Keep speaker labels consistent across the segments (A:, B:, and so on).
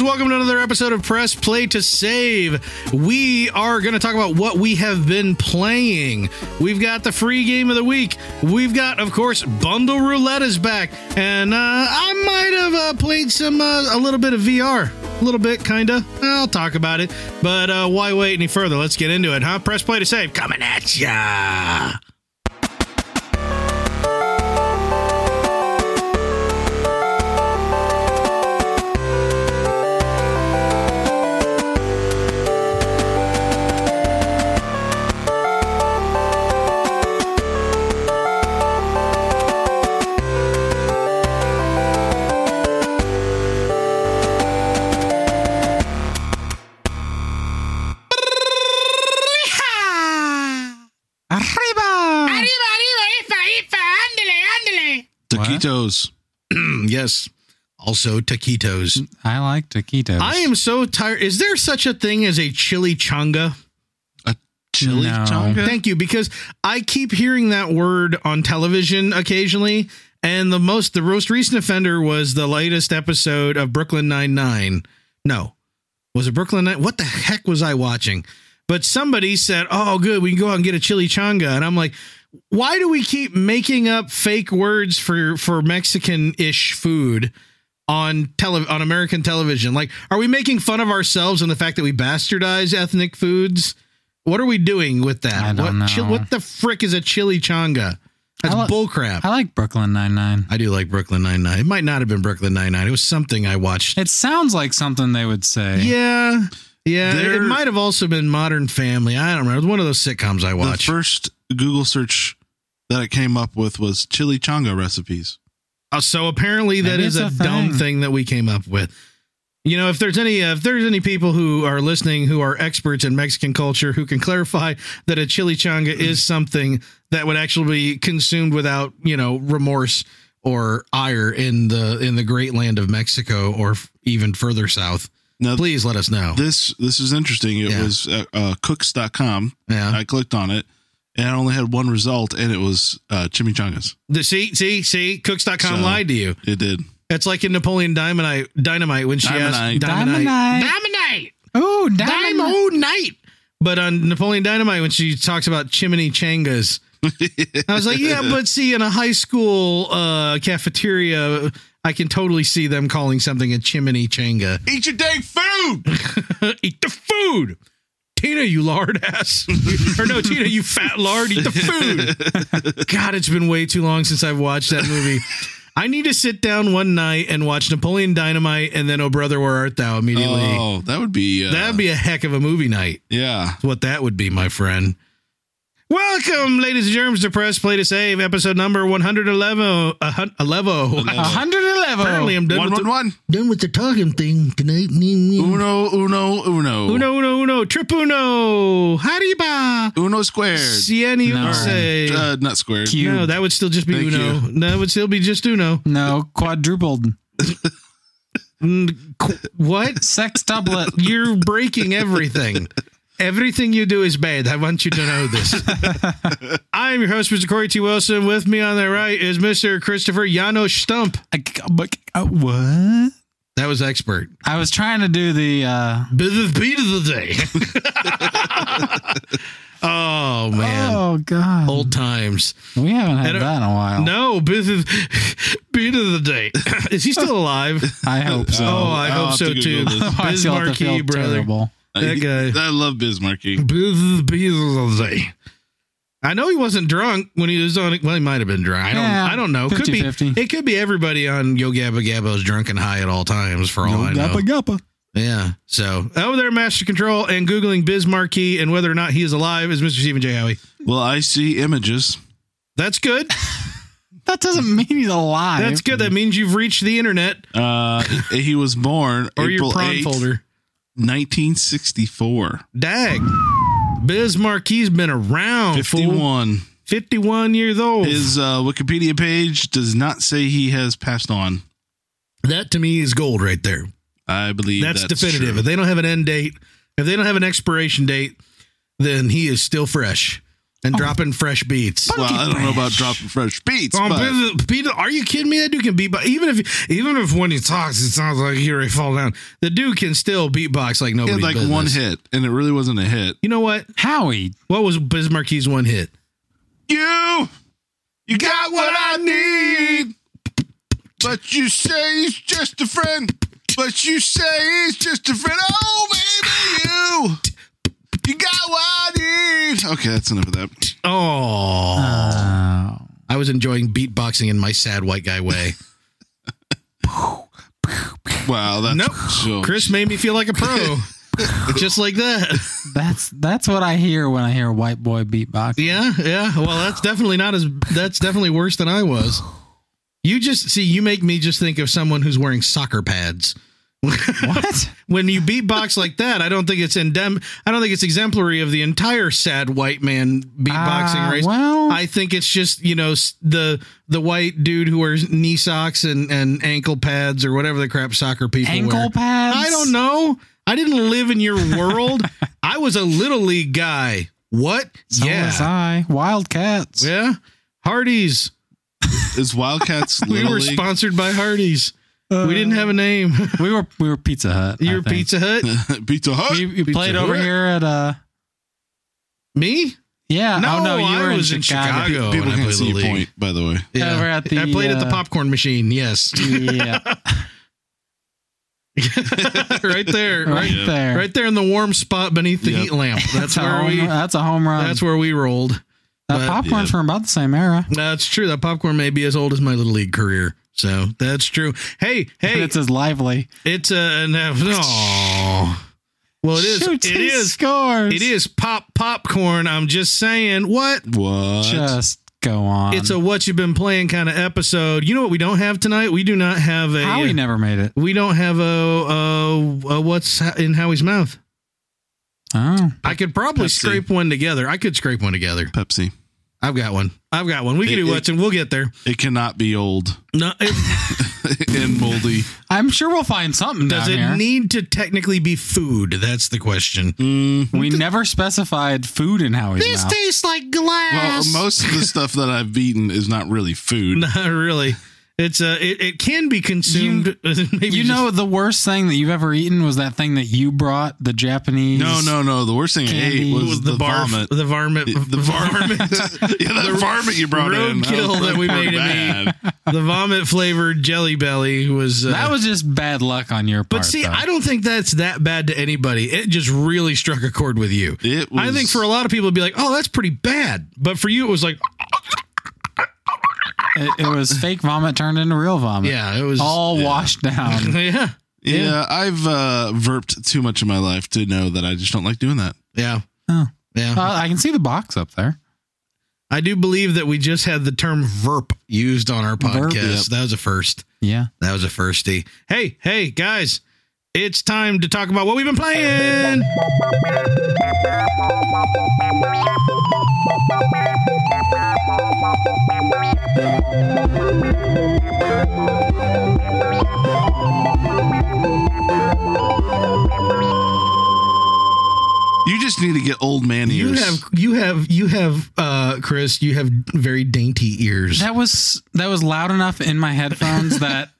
A: welcome to another episode of Press Play to Save. We are going to talk about what we have been playing. We've got the free game of the week. We've got, of course, Bundle Roulette is back, and uh, I might have uh, played some uh, a little bit of VR, a little bit, kinda. I'll talk about it, but uh, why wait any further? Let's get into it, huh? Press Play to Save coming at ya.
B: Arriba!
C: Taquitos.
A: yes, also taquitos.
B: I like taquitos.
A: I am so tired. Is there such a thing as a chili changa?
C: Chili
B: No.
C: tonga?
A: Thank you, because I keep hearing that word on television occasionally. And the most, the most recent offender was the latest episode of Brooklyn Nine Nine. No, was it Brooklyn Nine? What the heck was I watching? But somebody said, "Oh, good, we can go out and get a chimichanga," and I'm like, "Why do we keep making up fake words for for Mexican ish food?" on tele on American television. Like, are we making fun of ourselves and the fact that we bastardize ethnic foods? What are we doing with that?
B: I don't
A: what,
B: know.
A: what the frick is a chili changa? That's
B: I li-
A: bullcrap.
B: I like Brooklyn Nine Nine.
A: I do like Brooklyn Nine Nine. It might not have been Brooklyn Nine Nine. It was something I watched.
B: It sounds like something they would say.
A: Yeah, yeah. It- it
C: There-
A: might have also been Modern Family. I don't remember. It was one of those sitcoms I
C: The
A: watched.
C: first Google search that it came up with was chili changa recipes.
A: Uh, so apparently that
B: Maybe
A: is a,
B: it's a
A: dumb
B: thing.
A: thing that we came up with. You know, if there's any uh, if there's any people who are listening who are experts in Mexican culture who can clarify that a chimichanga
B: Mm.
A: is something that would actually be consumed without, you know, remorse or ire in the in the great land of Mexico or f- even further south,
C: Now,
A: please let us know.
C: this this is interesting. It
A: Yeah. Uh-huh.
C: was uh, uh, cooks.com.
A: Yeah.
C: I clicked on it and I only had one result, and it was uh, chimichangas.
A: The, see, see, see, cooks.com
C: So-
A: lied to you.
C: It did.
A: It's like in Napoleon Dynamite, Dynamite when she
C: Dynamite.
A: asked Dynamite.
B: Diamondite.
A: Dynamite.
B: Ooh,
A: dime
B: diamond.
A: all night. But on Napoleon Dynamite, when she talks about chimney changas, I was like, yeah, but see, in a high school uh, cafeteria, I can totally see them calling something a chimney changa.
C: Eat your dang food.
A: eat the food. Tina, you lard ass. or no, Tina, you fat lard, eat the food. God, it's been way too long since I've watched that movie. I need to sit down one night and watch Napoleon Dynamite and then Oh Brother, Where Art Thou immediately.
C: Oh, that would be. Uh,
A: That'd be a heck of a movie night
C: Yeah.
A: what that would be, my friend. Welcome, ladies and germs, to Press Play to Save, episode number 111. Uh, hun- 11.
C: Eleven.
B: 111.
A: Apparently, I'm done
C: One,
A: with,
C: one,
A: the,
C: one.
A: done with the talking thing tonight. Uno,
C: Uno, uno, uno.
A: uno, uno, trip uno, hariba,
C: Uno squared.
A: cien y
B: No.
A: once.
C: Uh, not squared.
B: Cube.
A: No, that would still just be
C: Thank
A: uno. That would still be just uno.
B: no, quadrupled.
A: Mm, qu- what?
B: Sex doublet.
A: You're breaking everything. Everything you do is bad. I want you to know this. I'm your host, Mr. Corey T. Wilson. With me on the right is Mr. Christopher Janos Stump.
B: I- but- uh, what?
A: That was expert.
B: I was trying to do the. uh
A: Beat of the day. oh man.
B: Oh God!
A: Old times.
B: we haven't had
A: I don't-
B: that in a while.
A: No, beat of, beat of the day. Is he still alive?
B: I hope so.
A: Oh, I
C: I'll
A: hope
C: have
A: so
C: to Google
A: too.
C: this.
B: Otherwise you'll have to feel
A: Bismarcky, brother.
B: terrible.
A: That guy.
C: I love Bismarcky.
A: Beat of the day. I know he wasn't drunk when he was on. Well, he might have been drunk. I don't.
B: Yeah,
A: I don't know. Could be.
B: 50-50.
A: It could be everybody on Yo Gabba Gabba is drunk and high at all times. For all I know.
B: gappa.
A: Yeah. So over there, Master Control and googling Biz Marquee and whether or not he is alive is Mr. Stephen J. Howie.
C: Well, I see images.
A: That's good.
B: That doesn't mean he's alive.
A: That's good. That means you've reached the internet
C: Uh, he was born
A: or
C: April
A: your prawn
C: 8th,
A: folder. Oh,
C: 1964.
A: Dag. Biz Marquee's been around for
C: 51.
A: 51 years old.
C: His uh, Wikipedia page does not say he has passed on.
A: that to me is gold right there.
C: I believe
A: that's,
C: that's,
A: definitive.
C: true.
A: If they don't have an end date, if they don't have an expiration date, then he is still fresh. and
C: Oh.
A: dropping fresh beats.
C: Well, I don't know about
B: Fresh.
C: dropping fresh beats,
A: Oh,
C: but
A: Peter- Peter, are you kidding me? That dude can beatbox. Even if even if when he talks, it sounds like he already fall down. The dude can still beatbox like
C: he
A: nobody.
C: had like one hit, and it really wasn't a hit.
A: You know what?
B: Howie.
A: What was Bismarck's one hit?
C: You, you got what I need, but you say he's just a friend. But you say he's just a friend. Oh, baby, you, you got what I need. Okay, that's enough of that.
A: Oh,
B: Oh.
A: I was enjoying beatboxing in my sad white guy way.
C: Wow, that's
A: Nope.
C: so-
A: Chris made me feel like a pro, just like that.
B: That's that's what I hear when I hear white boy beatbox.
A: Yeah, yeah. Well, that's definitely not as. That's definitely worse than I was. You just see, you make me just think of someone who's wearing soccer pads.
B: What?
A: when you beatbox like that, I don't think it's endem- I don't think it's exemplary of the entire sad white man beatboxing
B: Uh,
A: race.
B: Well,
A: I think it's just you know s- the the white dude who wears knee socks and and ankle pads or whatever the crap soccer people
B: ankle
A: wear.
B: pads.
A: I don't know. I didn't live in your world. I was a little league guy. What?
B: So
A: yeah,
B: was I. Wildcats.
A: yeah. Hardee's.
C: Is Wildcats
A: We
C: Little
A: were
C: League?
A: sponsored by Hardee's.
B: Uh,
A: we didn't have a name.
B: We were we were Pizza Hut.
A: Your
B: I think.
A: Pizza Hut.
C: Pizza Hut.
B: You, you
A: Pizza
B: played over
A: Hut.
B: here at uh.
A: Me?
B: Yeah.
A: Uh, No,
B: oh no, you
A: I
B: were
A: was in
B: in Chicago.
A: Chicago. Oh,
C: People
A: when I
C: can't
A: played
C: see
A: the
C: your
A: league.
C: point, by the way.
B: Over at the,
A: I played at the
B: uh,
A: popcorn machine. Yes.
B: yeah,
A: right there,
B: right
A: right,
B: there.
A: right there in the warm spot beneath the
C: Yep.
A: heat lamp. That's
B: a
A: where
B: home,
A: we.
B: That's a home run.
A: That's where we rolled.
B: that
A: but-
B: popcorn's
C: yeah.
B: from about the same era.
A: That's true. That popcorn may be as old as my little league career. So that's true. Hey,
B: And
A: hey,
B: it's as lively.
A: it's a an, no. Well, it is.
B: Shoots
A: it
B: and
A: is.
B: Scores.
A: It is pop popcorn. I'm just saying. What?
C: What?
B: Just go on.
A: It's a what you've been playing kind of episode. You know what we don't have tonight? We do not have a.
B: Howie never made it.
A: we don't have a, a, a what's in Howie's mouth.
B: Oh,
A: I could probably
C: Pepsi.
A: scrape one together. I could scrape one together.
C: Pepsi.
A: I've got one. I've got one. We can
C: It-
A: do
C: it-
A: what's and we'll get there.
C: It cannot be old
A: No, it,
C: and moldy.
B: I'm sure we'll find something
A: does
B: down
A: it
B: here.
A: need to technically be food? That's the question.
C: Mm.
B: we never specified food in Howie's
A: This
B: mouth.
A: tastes like
C: Well,
A: glass.
C: most of the stuff that I've eaten is not really food.
A: not really. It's uh, it, it can be consumed. maybe
B: you
A: just-
B: know the worst thing that you've ever eaten was that thing that you brought the Japanese.
C: No, no, no. The worst thing
B: Candy.
C: I ate
A: it
C: was the,
A: barf-
C: vomit.
A: the varmint,
C: The varmint. yeah, that varmint you brought in. was
A: roadkill that we made him
C: bad.
A: the vomit flavored jelly belly was uh,
B: that was just bad luck on your part.
A: But see,
B: though.
A: I don't think that's that bad to anybody. It just really struck a chord with you.
C: It was,
A: I think for a lot of people, it'd be like, oh, that's pretty bad. But for you, it was like,
B: it, it was fake vomit turned into real vomit.
A: yeah, it was.
B: all washed down.
A: yeah.
C: yeah, I've uh, verped too much in my life to know that I just don't like doing that.
A: Yeah.
B: Oh.
A: Yeah.
B: Uh, I can see the box up there.
A: I do believe that we just had the term verp used on our
B: Verp,
A: podcast.
C: yep.
A: That was a first.
B: Yeah.
A: That was a firsty. Hey, hey, guys, it's time to talk about what we've been playing.
C: You just need to get old man
A: You
C: ears.
A: have, you have, you have, uh, Chris, you have very dainty ears.
B: That was that was loud enough in my headphones that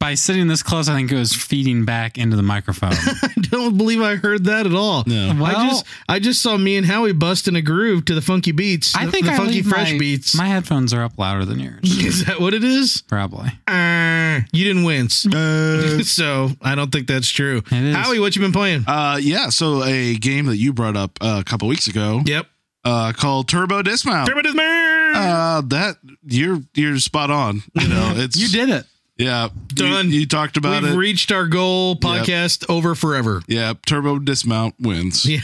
B: by sitting this close, I think it was feeding back into the microphone.
A: I don't believe I heard that at all.
C: no.
B: Well,
A: I just I just saw me and Howie busting a groove to the funky beats.
B: I
A: the-
B: think
A: the
B: I
A: funky
B: leave
A: fresh
B: my,
A: beats.
B: My headphones are up louder than yours,
A: is that what it is?
B: probably.
A: Uh, you didn't wince,
C: Uh,
A: so I don't think that's true.
B: It is.
A: Howie, what you been playing?
C: uh, yeah, so a game that you brought up uh, a couple weeks ago
A: yep,
C: uh, called Turbo Dismount.
A: Kermit is man.
C: Uh, that you're you're spot on. You know, it's
B: You did it.
C: Yeah,
A: Done.
C: You, you talked about
A: We've
C: it.
A: reached our goal. Podcast over forever.
C: yeah, Turbo Dismount wins.
A: Yeah,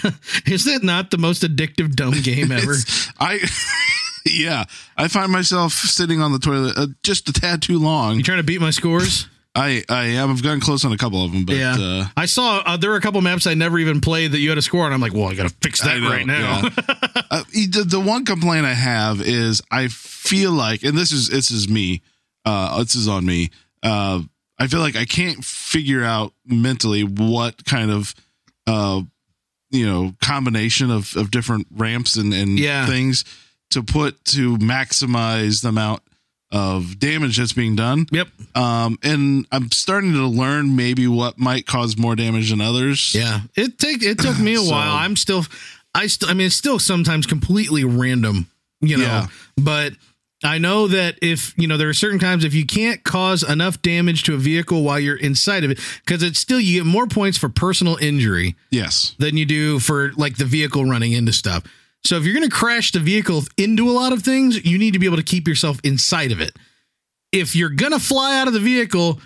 A: is that not the most addictive dumb game ever?
C: It's- I yeah, I find myself sitting on the toilet uh, just a tad too
A: you
C: long.
A: trying to beat my scores?
C: I I am. I've gotten close on a couple of them, but
A: Yeah.
C: uh,
A: I saw uh, there were a couple maps I never even played that you had a score, and I'm like, well, I got to fix
C: I
A: that
C: know,
A: right now.
C: yeah. uh, the, the one complaint I have is I feel like, and this is this is me. Uh, this is on me. Uh, I feel like I can't figure out mentally what kind of uh, you know combination of of different ramps and and
A: Yeah.
C: things to put to maximize the amount of damage that's being done.
A: Yep.
C: Um, and I'm starting to learn maybe what might cause more damage than others.
A: Yeah. It take it took me a
C: So-
A: while. I'm still I still I mean it's still sometimes completely random, you know.
C: Yeah.
A: But I know that if you know there are certain times if you can't cause enough damage to a vehicle while you're inside of it, because it's still you get more points for personal injury
C: Yes.
A: than you do for like the vehicle running into stuff. So if you're going to crash the vehicle into a lot of things, you need to be able to keep yourself inside of it. If you're going to fly out of the vehicle,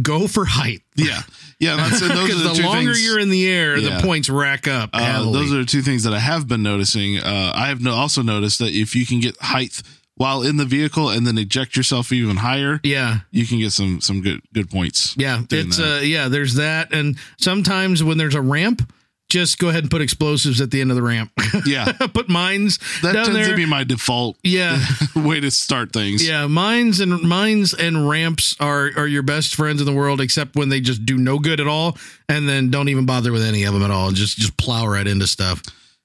A: go for height.
C: Yeah. Yeah. That's, and those are
A: Because
C: the,
A: the,
C: two
A: longer
C: things.
A: you're in the air,
C: Yeah.
A: the points rack up.
C: Uh,
A: heavily.
C: those are two things that I have been noticing. Uh, I have no, also noticed that if you can get height while in the vehicle and then eject yourself even higher,
A: yeah,
C: you can get some some good good points.
A: yeah.
C: Doing
A: It's
C: that.
A: uh, yeah. There's that, and sometimes when there's a ramp, just go ahead and put explosives at the end of the ramp.
C: Yeah,
A: put mines
C: that
A: down
C: tends
A: there.
C: to be my default
A: yeah,
C: way to start things.
A: yeah. Mines and mines and ramps are are your best friends in the world, except when they just do no good at all, and then don't even bother with any of them at all. Just just plow right into stuff.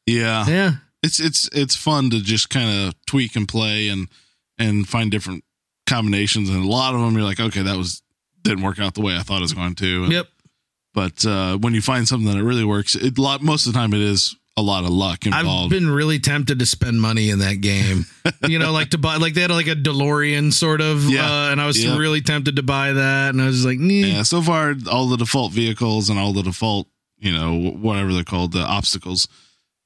C: yeah.
A: Yeah,
C: It's it's it's fun to just kind of tweak and play and and find different combinations. And a lot of them, you're like, okay, that was didn't work out the way I thought it was going to.
A: yep.
C: But uh, when you find something that really works, it lot most of the time it is a lot of luck
A: I've
C: involved.
A: been really tempted to spend money in that game. you know, like to buy like they had like a DeLorean sort of
C: Yeah.
A: uh, and I was
C: Yeah.
A: really tempted to buy that and I was like, nee.
C: yeah so far all the default vehicles and all the default you know wh- whatever they're called the obstacles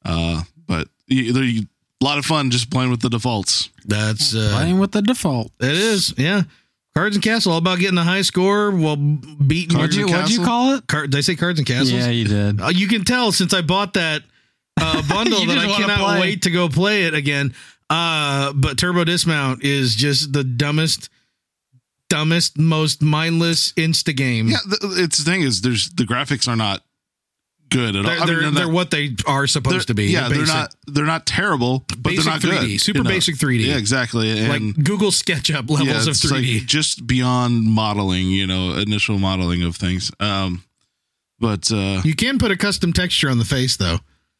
C: uh but you, there- you- a lot of fun just playing with the defaults
A: that's uh
B: Playing with the default.
A: it is. Yeah. Cards and Castle all about getting a high score while beating
C: Cards
B: What'd you,
C: and
B: what'd you
C: Castle?
B: call it?
A: Card, did I say Cards and Castles?
B: Yeah, you did.
A: Uh, you can tell since I bought that uh, bundle
B: You
A: that
B: just
A: I
B: wanna
A: cannot
B: play.
A: wait to go play it again. Uh, but Turbo Dismount is just the dumbest, dumbest, most mindless insta game.
C: yeah the, it's the thing is there's the graphics are not good at
A: They're,
C: all I mean,
A: they're,
C: not-
A: they're what they are supposed
C: they're-
A: to be.
C: yeah they're
A: basic.
C: not they're not terrible but
A: basic
C: they're not
A: 3D,
C: good
A: super
C: you know?
A: basic 3D,
C: yeah exactly
A: like
C: and
A: Google SketchUp levels
C: yeah,
A: of
C: it's
A: 3D.
C: like just beyond modeling you know initial modeling of things um but uh
A: you can put a custom texture on the face, though.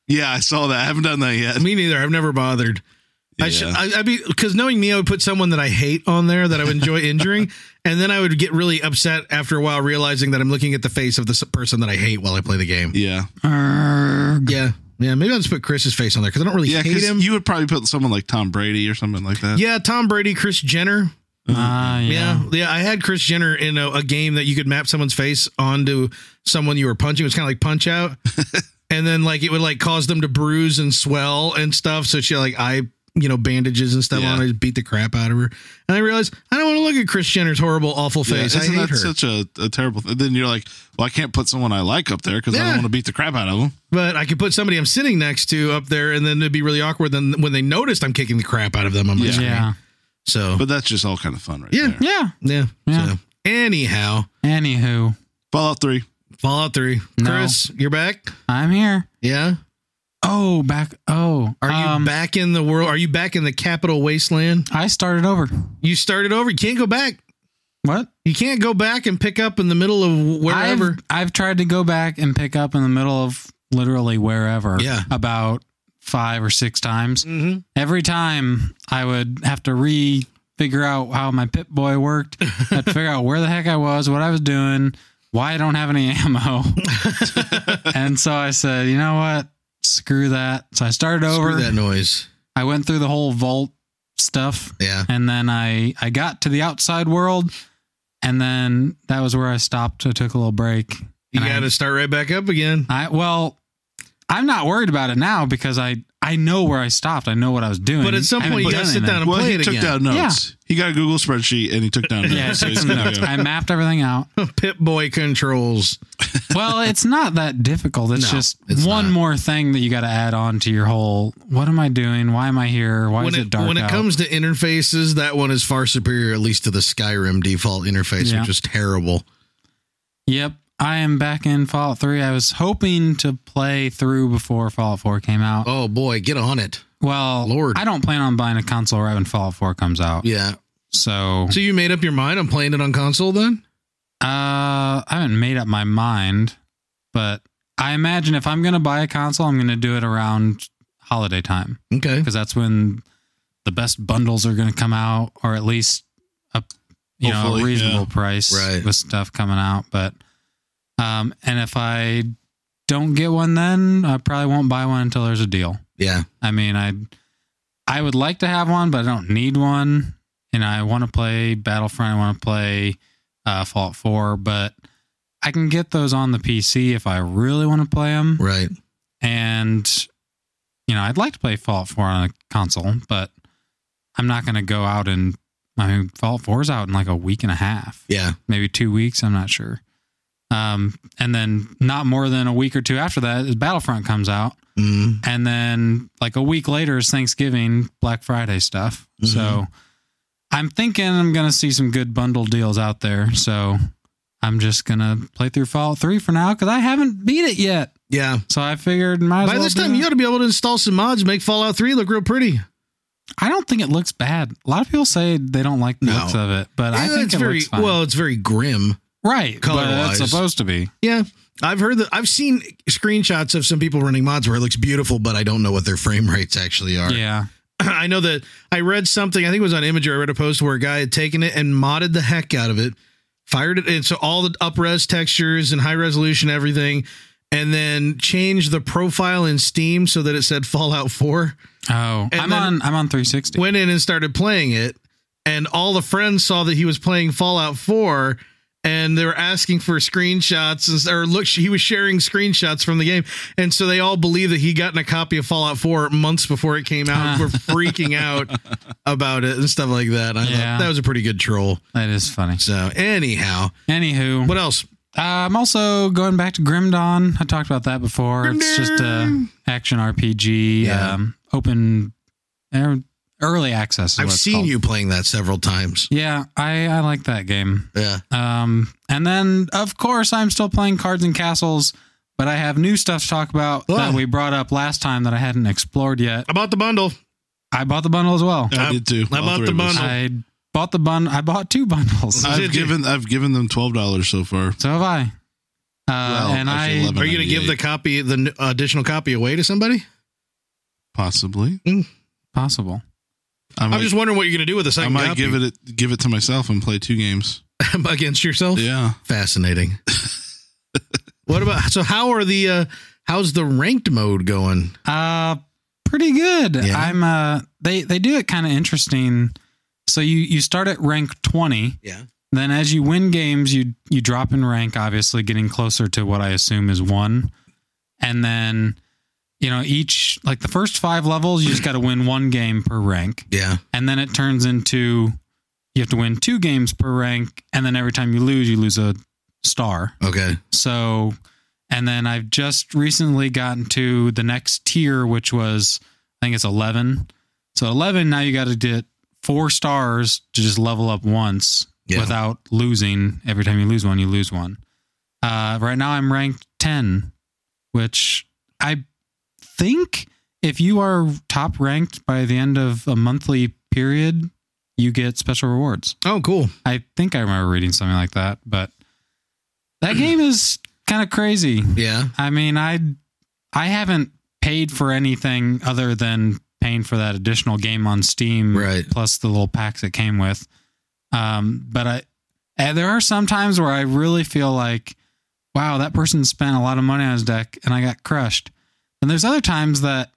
C: yeah i saw that i haven't done that yet
A: Me neither. I've never bothered. I
C: Yeah.
A: should. I, I'd be because knowing me, I would put someone that I hate on there that I would enjoy injuring, and then I would get really upset after a while, realizing that I'm looking at the face of the s- person that I hate while I play the game.
C: yeah
B: Erg.
A: Yeah, yeah. Maybe I'll just put Chris's face on there because I don't really
C: Yeah,
A: hate
C: 'cause
A: him.
C: you would probably put someone like Tom Brady or something like that.
A: yeah, Tom Brady, Chris Jenner.
B: Ah,
A: Yeah.
B: yeah.
A: yeah, I had Chris Jenner in a, a game that you could map someone's face onto someone you were punching. It was kind of like punch out, and then like it would like cause them to bruise and swell and stuff. So she had, like I you know bandages and stuff
C: Yeah.
A: on. I just beat the crap out of her, and I realized I don't want to look at Chris Jenner's horrible, awful
C: Yeah,
A: face. I
C: isn't
A: hate
C: that
A: her,
C: such a, a terrible thing? Then you're like, well, I can't put someone I like up there because I
A: Yeah.
C: don't want to beat the crap out of them.
A: but I could put somebody I'm sitting next to up there, and then it'd be really awkward. Then when they noticed I'm kicking the crap out of them, I'm
C: Yeah.
A: yeah.
B: Yeah.
A: so
C: But that's just all kind of fun right
A: Yeah.
C: there.
B: Yeah.
A: yeah,
B: Yeah.
A: So, anyhow,
B: Anywho,
C: Fallout 3.
A: Fallout Three.
B: No.
A: Chris, you're back.
B: I'm here.
A: Yeah.
B: Oh, back. Oh,
A: Are you
B: um,
A: back in the world? Are you back in the capital wasteland?
B: I started over.
A: You started over. You can't go back.
B: What?
A: You can't go back and pick up in the middle of wherever.
B: I've, I've tried to go back and pick up in the middle of literally wherever.
A: Yeah.
B: About five or six times.
A: mm-hmm.
B: Every time I would have to re figure out how my Pip Boy worked, I had to figure out where the heck I was, what I was doing, why I don't have any ammo. and so I said, you know what? Screw that. So I started over.
A: Screw that noise.
B: I went through the whole vault stuff
A: Yeah.
B: and then I I got to the outside world, and then that was where I stopped. I took a little break.
A: You
B: And I-
A: got to start right back up again.
B: I well, I'm not worried about it now because I I know where I stopped. I know what I was doing.
A: But at some
B: I haven't
A: point, you
B: done
A: gotta sit
B: anything.
A: down and
C: Well,
A: play
C: he
A: it
C: took
A: again.
C: down
B: Yeah.
C: notes. He got a Google spreadsheet and he took down notes.
B: Yeah, I
C: So
B: took
C: he's
B: some
C: good to
B: notes.
C: go.
B: I mapped everything out.
A: Pip Boy controls.
B: Well, it's not that difficult. It's
A: No,
B: just
A: it's
B: one
A: not.
B: more thing that you got to add on to your whole. What am I doing? Why am I here? Why
A: when
B: is it, dark?
A: when it
B: out?
A: comes to interfaces, that one is far superior, at least to the Skyrim default interface,
B: Yeah.
A: which is terrible.
B: Yep. I am back in Fallout 3. I was hoping to play through before Fallout 4 came out.
A: Oh boy, get on it.
B: Well,
A: Lord.
B: I don't plan on buying a console right when Fallout 4 comes out.
A: Yeah.
B: So,
A: So you made up your mind on playing it on console then?
B: uh, I haven't made up my mind, but I imagine if I'm going to buy a console, I'm going to do it around holiday time
A: Okay.
B: because that's when the best bundles are going to come out, or at least a you know
C: Hopefully,
B: a reasonable price
A: Right.
B: with stuff coming out. But um, and if I don't get one, then I probably won't buy one until there's a deal.
A: Yeah.
B: I mean, I I would like to have one, but I don't need one. And I want to play Battlefront. I want to play uh, Fallout Four, but I can get those on the PC if I really want to play them.
A: Right.
B: And you know, I'd like to play Fallout Four on a console, but I'm not going to go out and. I mean, Fallout Four is out in like a week and a half,
A: Yeah.
B: maybe two weeks. I'm not sure. Um, and then not more than a week or two after that is Battlefront comes out
A: Mm.
B: and then like a week later is Thanksgiving, Black Friday stuff.
A: Mm-hmm.
B: So I'm thinking I'm gonna see some good bundle deals out there. So I'm just gonna play through Fallout Three for now because I haven't beat it yet.
A: Yeah.
B: So I figured might as
A: By
B: well
A: this
B: do
A: time,
B: that.
A: you ought to be able to install some mods, make Fallout 3 look real pretty.
B: I don't think it looks bad. A lot of people say they don't like the
A: No.
B: looks of it, but I
A: Yeah,
B: think
A: it's
B: it
A: very
B: looks fine.
A: well. It's very grim.
B: right, but
A: color-wise.
B: it's supposed to be.
A: Yeah, I've heard that. I've seen screenshots of some people running mods where it looks beautiful, but I don't know what their frame rates actually are.
B: Yeah,
A: I know that I read something. I think it was on Imager. I read a post where a guy had taken it and modded the heck out of it, fired it, and so all the up res textures and high resolution everything, and then changed the profile in Steam so that it said Fallout Four
B: oh,
A: And
B: I'm
A: then-
B: on I'm on 360.
A: went in and started playing it and all the friends saw that he was playing fallout 4 and they were asking for screenshots and- or look he was sharing screenshots from the game and so they all believe that he gotten a copy of fallout 4 months before it came out and were freaking out about it and stuff like that I
B: Yeah.
A: thought that was a pretty good troll
B: that is funny.
A: so anyhow
B: Anywho,
A: what else
B: Uh, I'm also going back to Grim Dawn. I talked about that before.
A: Grim
B: It's just a
A: Dawn.
B: action RPG,
A: Yeah.
B: um, open er, early access. Is
A: i've
B: what it's
A: seen
B: called.
A: you playing that several times
B: Yeah, I, I like that game.
A: yeah
B: Um, and then of course I'm still playing Cards and Castles, but I have new stuff to talk about
A: Oh.
B: that we brought up last time that I hadn't explored yet.
A: about the bundle
B: I bought the bundle as well.
A: I-
C: I did too.
A: I
C: all
A: bought
C: three
A: the
C: of us.
A: bundle.
B: I bought the bun. I bought two bundles.
A: Uh,
C: I've
A: Did you?
C: given I've given them twelve dollars so far.
B: so have I. Uh,
C: Well,
B: and
C: actually,
B: I
C: eleven.
A: are you gonna give the copy the n- additional copy away to somebody
C: Possibly.
B: possible.
C: I might,
A: i'm just wondering what you're gonna do with the
C: I
A: second
C: might
A: copy
C: give it give it to myself and play two games.
A: against yourself
C: Yeah.
A: fascinating. what about so how are the uh how's the ranked mode going?
B: Uh pretty good.
A: Yeah.
B: I'm uh they they do it kind of interesting. So you you start at rank 20.
A: Yeah.
B: Then as you win games, you you drop in rank obviously getting closer to what I assume is 1. And then you know, each like the first 5 levels you just got to win one game per rank.
A: Yeah.
B: And then it turns into you have to win two games per rank and then every time you lose you lose a star.
A: Okay.
B: So, and then I've just recently gotten to the next tier, which was, I think it's 11. So, 11, now you got to get four stars to just level up once
A: Yeah.
B: without losing. Every time you lose one, you lose one. Uh, right now, I'm ranked 10, which I think if you are top ranked by the end of a monthly period, you get special rewards.
A: Oh, cool.
B: I think I remember reading something like that, but that game is kind of crazy.
A: Yeah.
B: I mean, I I haven't paid for anything other than paying for that additional game on Steam
A: Right.
B: plus the little packs it came with. Um, but I and there are some times where I really feel like, wow, that person spent a lot of money on his deck and I got crushed. And there's other times that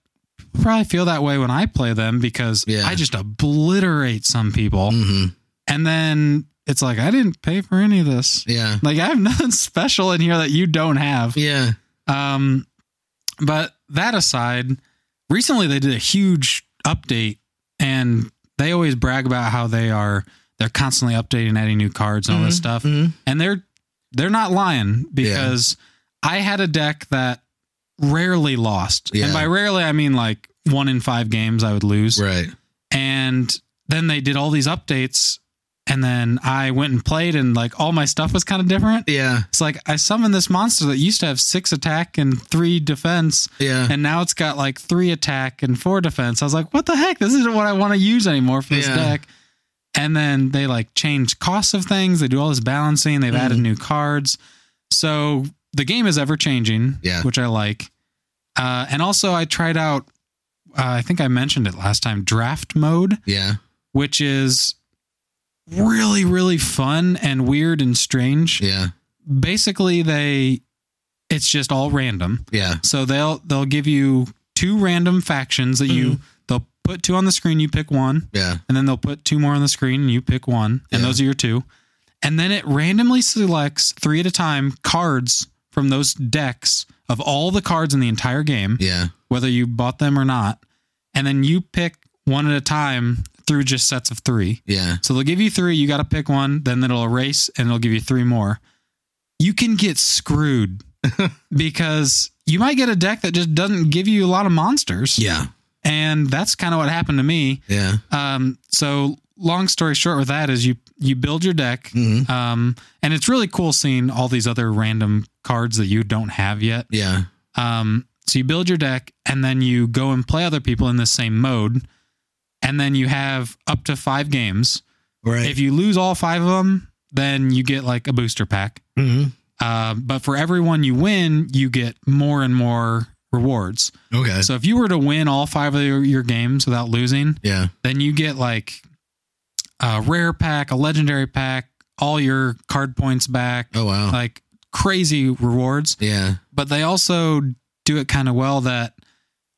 B: probably feel that way when I play them because
A: Yeah.
B: I just obliterate some people
A: hmm
B: and then it's like I didn't pay for any of this.
A: Yeah.
B: Like I have nothing special in here that you don't have.
A: Yeah.
B: Um, but that aside, recently they did a huge update, and they always brag about how they are they're constantly updating, adding new cards and all this stuff,
A: Mhm.
B: and they're they're not lying because I had a deck that rarely lost,
A: Yeah.
B: and by rarely I mean like one in five games I would lose
A: Right.
B: and then they did all these updates and then i went and played and like all my stuff was kind of different
A: Yeah.
B: it's like i summoned this monster that used to have six attack and three defense
A: Yeah.
B: and now it's got like three attack and four defense i was like what the heck this isn't what i want to use anymore for this
A: Yeah.
B: deck and then
A: Hmm.
B: they like change costs of things they do all this balancing they've added new cards so the game is ever changing,
A: Yeah.
B: which I like. Uh, and also, I tried out. Uh, I think I mentioned it last time. Draft mode,
A: Yeah.
B: which is really really fun and weird and strange.
A: Yeah.
B: Basically, they it's just all random.
A: Yeah.
B: So they'll they'll give you two random factions that
A: Mm-hmm.
B: you they'll put two on the screen. You pick one
A: Yeah.
B: and then they'll put two more on the screen and you pick one and
A: Yeah.
B: those are your two and then it randomly selects three at a time cards from those decks of all the cards in the entire game
A: Yeah.
B: whether you bought them or not and then you pick one at a time through just sets of three
A: Yeah.
B: so they'll give you three you got to pick one then it'll erase and it'll give you three more you can get screwed because you might get a deck that just doesn't give you a lot of monsters
A: Yeah.
B: and that's kind of what happened to me
A: Yeah.
B: um, so long story short with that is you you build your deck
A: hmm
B: um, and it's really cool seeing all these other random cards that you don't have yet
A: Yeah.
B: um, so you build your deck and then you go and play other people in the same mode and then you have up to five games
A: Right.
B: if you lose all five of them then you get like a booster pack
A: Mhm.
B: uh, but for every one you win you get more and more rewards
A: Okay.
B: so if you were to win all five of your, your games without losing
A: yeah.
B: then you get like a rare pack, a legendary pack, all your card points back,
A: Oh wow.
B: like crazy rewards.
A: yeah.
B: But they also do it kind of well that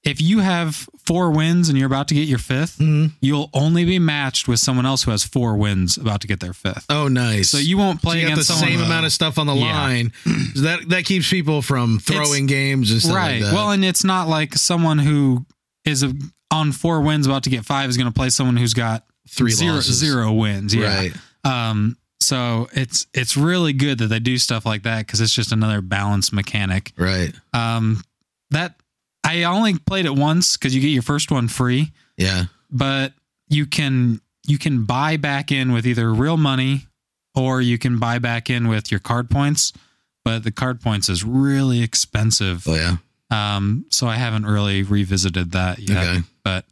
B: if you have four wins and you're about to get your fifth,
A: Mhm.
B: you'll only be matched with someone else who has four wins about to get their fifth.
A: Oh nice.
B: So you won't play
A: you got the
B: against someone.
A: same amount of stuff on the
B: Yeah.
A: line. So that that keeps people from throwing games and stuff
B: right.
A: like that.
B: well, and it's not like someone who is a, on four wins about to get five is going to play someone who's got
A: three
B: zero-
A: losses.
B: zero wins. Yeah.
A: Right.
B: Um, so it's it's really good that they do stuff like that because it's just another balance mechanic.
A: Right.
B: Um, that I only played it once because you get your first one free,
A: Yeah.
B: but you can you can buy back in with either real money or you can buy back in with your card points. But the card points is really expensive,
A: Oh yeah.
B: um, so I haven't really revisited that yet.
A: Okay.
B: But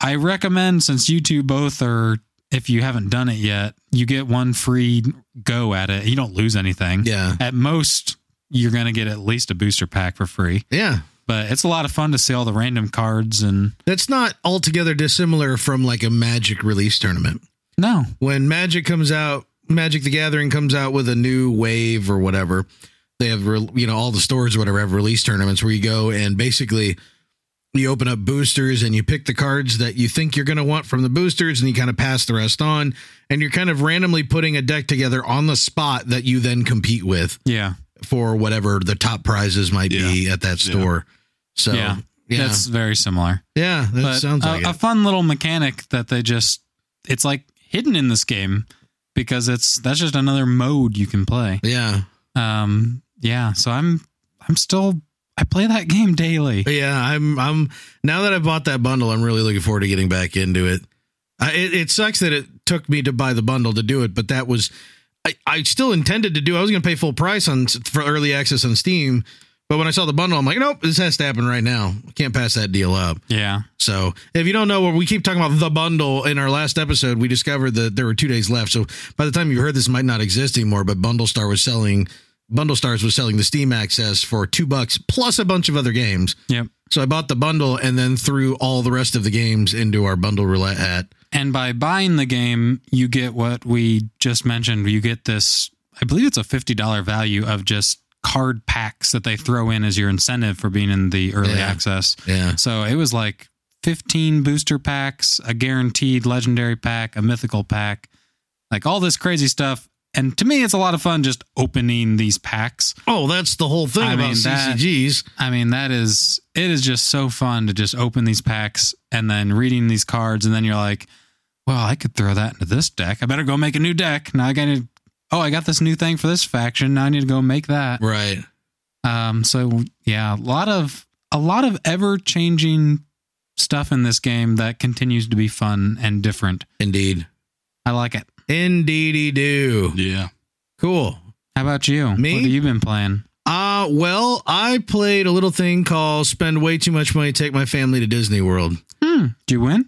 B: I recommend since you two both are, if you haven't done it yet, you get one free go at it. You don't lose anything.
A: Yeah.
B: At most, you're going to get at least a booster pack for free.
A: Yeah.
B: But it's a lot of fun to see all the random cards and
A: That's not altogether dissimilar from like a Magic release tournament.
B: no,
A: When Magic comes out, Magic the Gathering comes out with a new wave or whatever. They have, re- you know, all the stores or whatever have release tournaments where you go and basically you open up boosters and you pick the cards that you think you're going to want from the boosters and you kind of pass the rest on. And you're kind of randomly putting a deck together on the spot that you then compete with
B: yeah,
A: for whatever the top prizes might be at that
C: Yeah.
A: store. So, yeah,
B: Yeah.
A: yeah,
B: that's very similar.
A: that
B: but uh,
A: sounds
B: a,
A: like
B: a
A: it.
B: fun little mechanic that they just it's like hidden in this game because it's that's just another mode you can play.
A: Yeah.
B: Um, yeah, so I'm I'm still I play that game daily.
A: But yeah, I'm I'm now that I bought that bundle, I'm really looking forward to getting back into it. I, it, it sucks that it took me to buy the bundle to do it, but that was I, I still intended to do. I was going to pay full price on for early access on Steam, but when I saw the bundle, I'm like, nope, this has to happen right now. I can't pass that deal up.
B: Yeah.
A: So if you don't know, well, we keep talking about the bundle in our last episode. We discovered that there were two days left. So by the time you heard this, it might not exist anymore. But Bundle Star was selling Bundle Stars was selling the Steam access for two bucks plus a bunch of other games.
B: Yep.
A: So I bought the bundle and then threw all the rest of the games into our bundle roulette at.
B: And by buying the game, you get what we just mentioned. You get this, I believe it's a $50 value of just card packs that they throw in as your incentive for being in the early
A: Yeah.
B: access.
A: Yeah.
B: So it was like 15 booster packs, a guaranteed legendary pack, a mythical pack, like all this crazy stuff. And to me, it's a lot of fun just opening these packs.
A: Oh, that's the whole thing
B: I
A: about
B: mean, that-
A: CCGs.
B: I mean, that is it is just so fun to just open these packs and then reading these cards, and then you're like, well, I could throw that into this deck. I better go make a new deck. Now I got to. Oh, I got this new thing for this faction. Now I need to go make that.
A: Right.
B: Um, so yeah, a lot of a lot of ever changing stuff in this game that continues to be fun and different.
A: Indeed.
B: I like it.
A: Indeedy do.
C: Yeah.
A: Cool.
B: How about you?
A: Me?
B: What have you been playing?
A: Uh, well, I played a little thing called Spend Way Too Much Money, Take My Family to Disney World.
B: Hmm. Do you win?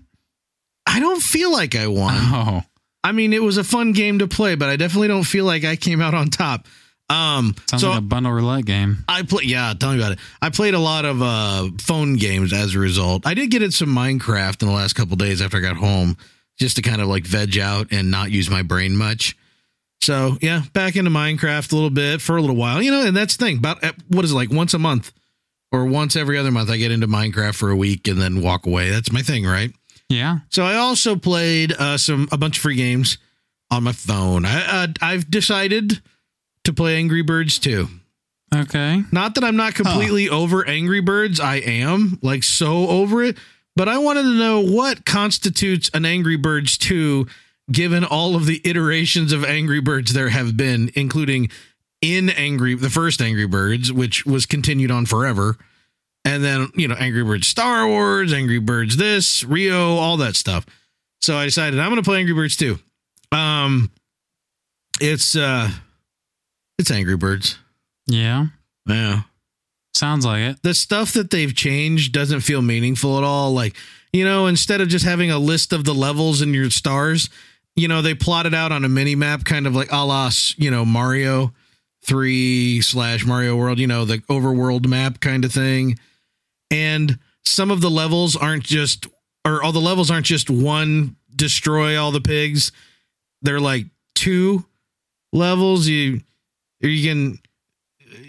A: I don't feel like I won.
B: Oh,
A: I mean, it was a fun game to play, but I definitely don't feel like I came out on top. Um,
B: Sounds
A: so
B: like a bundle roulette game.
A: I play. Yeah, tell me about it. I played a lot of uh, phone games as a result. I did get into Minecraft in the last couple days after I got home, just to kind of like veg out and not use my brain much. So yeah, back into Minecraft a little bit for a little while, you know. And that's the thing about uh, what is it like once a month or once every other month. I get into Minecraft for a week and then walk away. That's my thing, right?
B: Yeah.
A: So I also played uh, some a bunch of free games on my phone. I, uh, I've decided to play Angry Birds too.
B: Okay.
A: Not that I'm not completely over Angry Birds, I am like so over it, but I wanted to know what constitutes an Angry Birds 2 given all of the iterations of Angry Birds there have been, including in Angry the first Angry Birds, which was continued on forever. And then, you know, Angry Birds Star Wars, Angry Birds this, Rio, all that stuff. So I decided I'm going to play Angry Birds 2. Um it's uh it's Angry Birds.
B: Yeah.
A: Yeah
B: Sounds like it.
A: the stuff that they've changed doesn't feel meaningful at all. Like, you know, instead of just having a list of the levels and your stars, you know, they plotted out on a mini map, kind of like a la, s- you know, Mario 3 slash Mario World, you know, the overworld map kind of thing. And some of the levels aren't just, or all the levels aren't just one destroy all the pigs. They're like two levels. You, you can, you-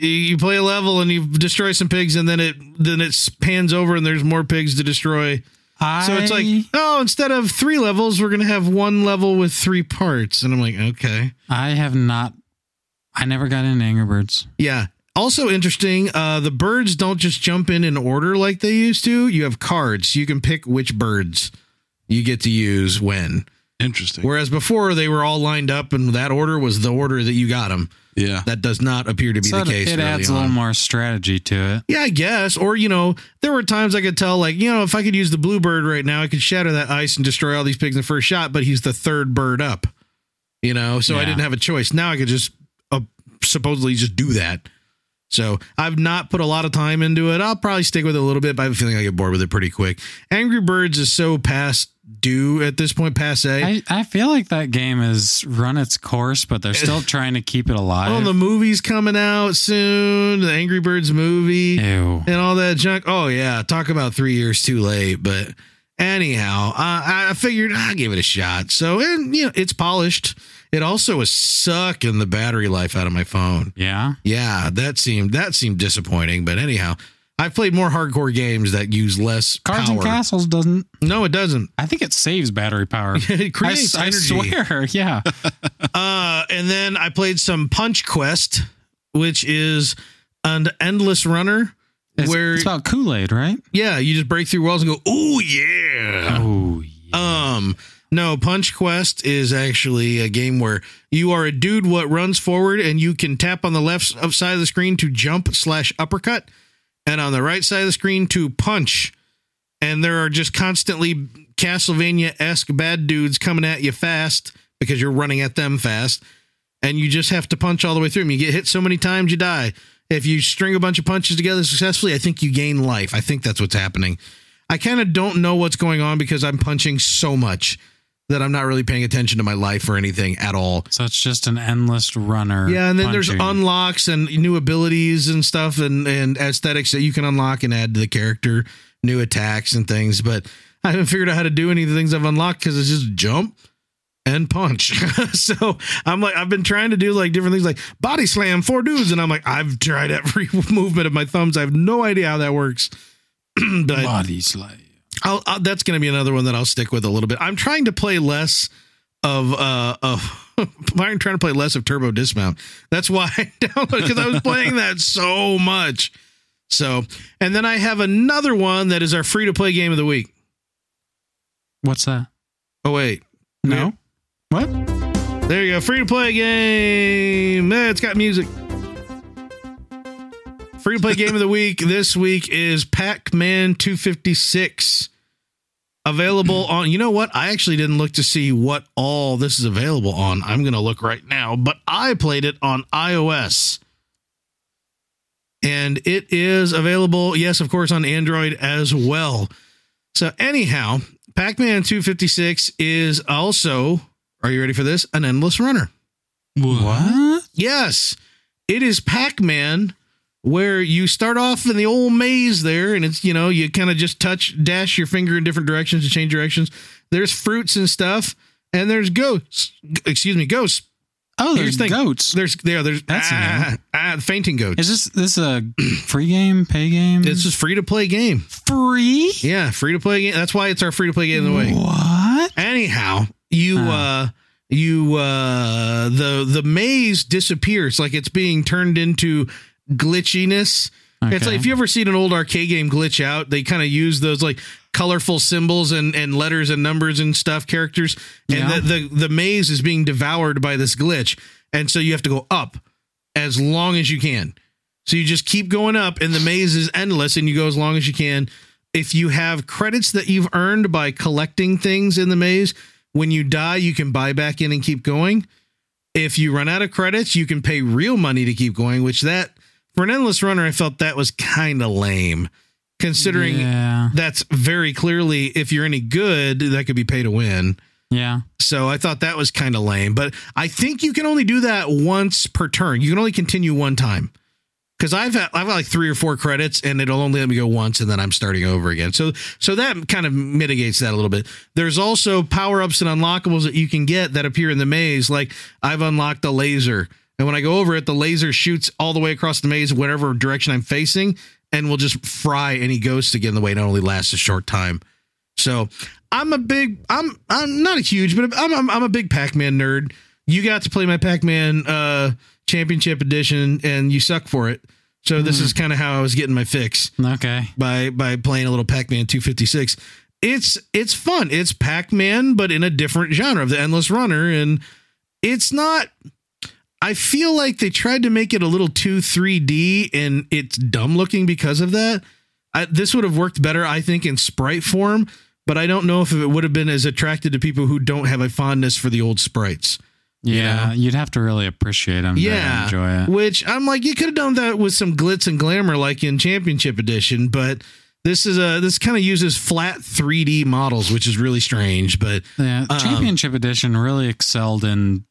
A: you play a level and you destroy some pigs and then it then it pans over and there's more pigs to destroy
B: I,
A: so it's like oh instead of three levels we're gonna have one level with three parts and i'm like okay
B: I have not. I never got into Angry Birds.
A: yeah also interesting uh the birds don't just jump in in order like they used to you have cards you can pick which birds you get to use when
C: Interesting.
A: whereas before they were all lined up and that order was the order that you got them
C: yeah.
A: that does not appear to be
B: So
A: the
B: it,
A: case
B: it
A: early
B: adds a
A: on.
B: little more strategy to it.
A: Yeah, I guess. Or, you know, there were times I could tell, like, you know, if I could use the bluebird right now, I could shatter that ice and destroy all these pigs in the first shot, but he's the third bird up, you know, so I
B: Yeah.
A: didn't have a choice. Now I could just uh, supposedly just do that. So I've not put a lot of time into it. I'll probably stick with it a little bit, but I have a feeling I get bored with it pretty quick. Angry Birds is so past due at this point, passe.
B: I, I feel like that game has run its course, but they're still trying to keep it
A: oh,
B: alive.
A: the movie's coming out soon, the Angry Birds movie.
B: Ew.
A: and all that junk. Oh yeah, talk about three years too late. But anyhow, uh, I I figured I'll give it a shot. So and you know it's polished. It also was sucking the battery life out of my phone.
B: Yeah.
A: Yeah, that seemed that seemed disappointing. But anyhow, I've played more hardcore games that use less
B: Cards
A: power.
B: and Castles doesn't.
A: No, it doesn't.
B: I think it saves battery power.
A: it
B: I,
A: creates
B: s- I
A: energy.
B: swear. Yeah.
A: Uh, and then I played some Punch Quest, which is an endless runner.
B: It's,
A: where
B: it's about Kool Aid, right?
A: yeah, you just break through walls and go, oh yeah.
B: Oh, yeah.
A: Um, no, Punch Quest is actually a game where you are a dude what runs forward and you can tap on the left s- side of the screen to jump slash uppercut, and on the right side of the screen to punch. And there are just constantly Castlevania esque bad dudes coming at you fast because you're running at them fast, and you just have to punch all the way through them. You get hit so many times, you die. If you string a bunch of punches together successfully, I think you gain life. I think that's what's happening. I kind of don't know what's going on because I'm punching so much that I'm not really paying attention to my life or anything at all.
B: so it's just an endless runner.
A: Yeah, and then there's
B: punching.
A: unlocks and new abilities and stuff and and aesthetics that you can unlock and add to the character, new attacks and things. But I haven't figured out how to do any of the things I've unlocked because it's just jump and punch. so I'm like, I've been trying to do like different things, like body slam four dudes, and I'm like, I've tried every movement of my thumbs. I have no idea how that works. but I-
B: body slay.
A: I'll, I'll, that's going to be another one that I'll stick with a little bit. I'm trying to play less of uh of I'm trying to play less of Turbo Dismount. That's why I downloaded because I was playing that so much. So, and then I have another one that is our free to play game of the week.
B: What's that?
A: Oh wait,
B: No. What?
A: there you go, free to play game. Eh, it's got music. Free to play game of the week this week is Pac Man 256. Available on, you know what? I actually didn't look to see what all this is available on. I'm going to look right now, but I played it on iOS. And it is available, yes, of course, on Android as well. So, anyhow, Pac Man 256 is also, are you ready for this? An endless runner.
B: What?
A: Yes. It is Pac Man, where you start off in the old maze there, and it's, you know, you kind of just touch, dash your finger in different directions to change directions. There's fruits and stuff, and there's ghosts. Excuse me, ghosts.
B: Oh,
A: Here's
B: there's
A: the thing.
B: goats.
A: There's, there, there's,
B: That's
A: ah, ah, fainting goats.
B: Is this this a free game, pay game?
A: This is free to play game.
B: free.
A: Yeah, free to play game. That's why it's our free to play game of the way.
B: What?
A: anyhow you
B: Huh.
A: uh you uh the the maze disappears like it's being turned into glitchiness it's
B: Okay.
A: like if you ever seen an old arcade game glitch out they kind of use those like colorful symbols and and letters and numbers and stuff characters and
B: Yeah.
A: the, the the maze is being devoured by this glitch and so you have to go up as long as you can so you just keep going up, and the maze is endless, and you go as long as you can. If you have credits that you've earned by collecting things in the maze, when you die, you can buy back in and keep going. If you run out of credits, you can pay real money to keep going, which that for an endless runner, I felt that was kind of lame, considering
B: Yeah.
A: that's very clearly if you're any good, that could be pay to win.
B: Yeah.
A: So I thought that was kind of lame, but I think you can only do that once per turn. You can only continue one time. Cause I've had, I've had like three or four credits and it'll only let me go once and then I'm starting over again. So, so that kind of mitigates that a little bit. There's also power ups and unlockables that you can get that appear in the maze. Like I've unlocked a laser and when I go over it, the laser shoots all the way across the maze, whatever direction I'm facing and will just fry any ghost again the way it only lasts a short time. So I'm a big, I'm, I'm not a huge, but I'm, I'm, I'm a big Pac-Man nerd. You got to play my Pac-Man uh, Championship Edition, and you suck for it. So this is kind of how I was getting my fix
B: Okay.
A: by by playing a little Pac-Man 256. It's it's fun. It's Pac-Man, but in a different genre of the Endless Runner, and it's not. I feel like they tried to make it a little too 3D, and it's dumb looking because of that. I, this would have worked better, I think, in sprite form, but I don't know if it would have been as attracted to people who don't have a fondness for the old sprites.
B: Yeah.
A: know?
B: You would have to really appreciate them.
A: Yeah.
B: Yeah. To enjoy it.
A: Which I'm like, you could have done that with some glitz and glamour, like in Championship Edition, but this is a this kind of uses flat 3D models, which is really strange. But
B: Yeah,
A: Um,
B: championship edition really excelled in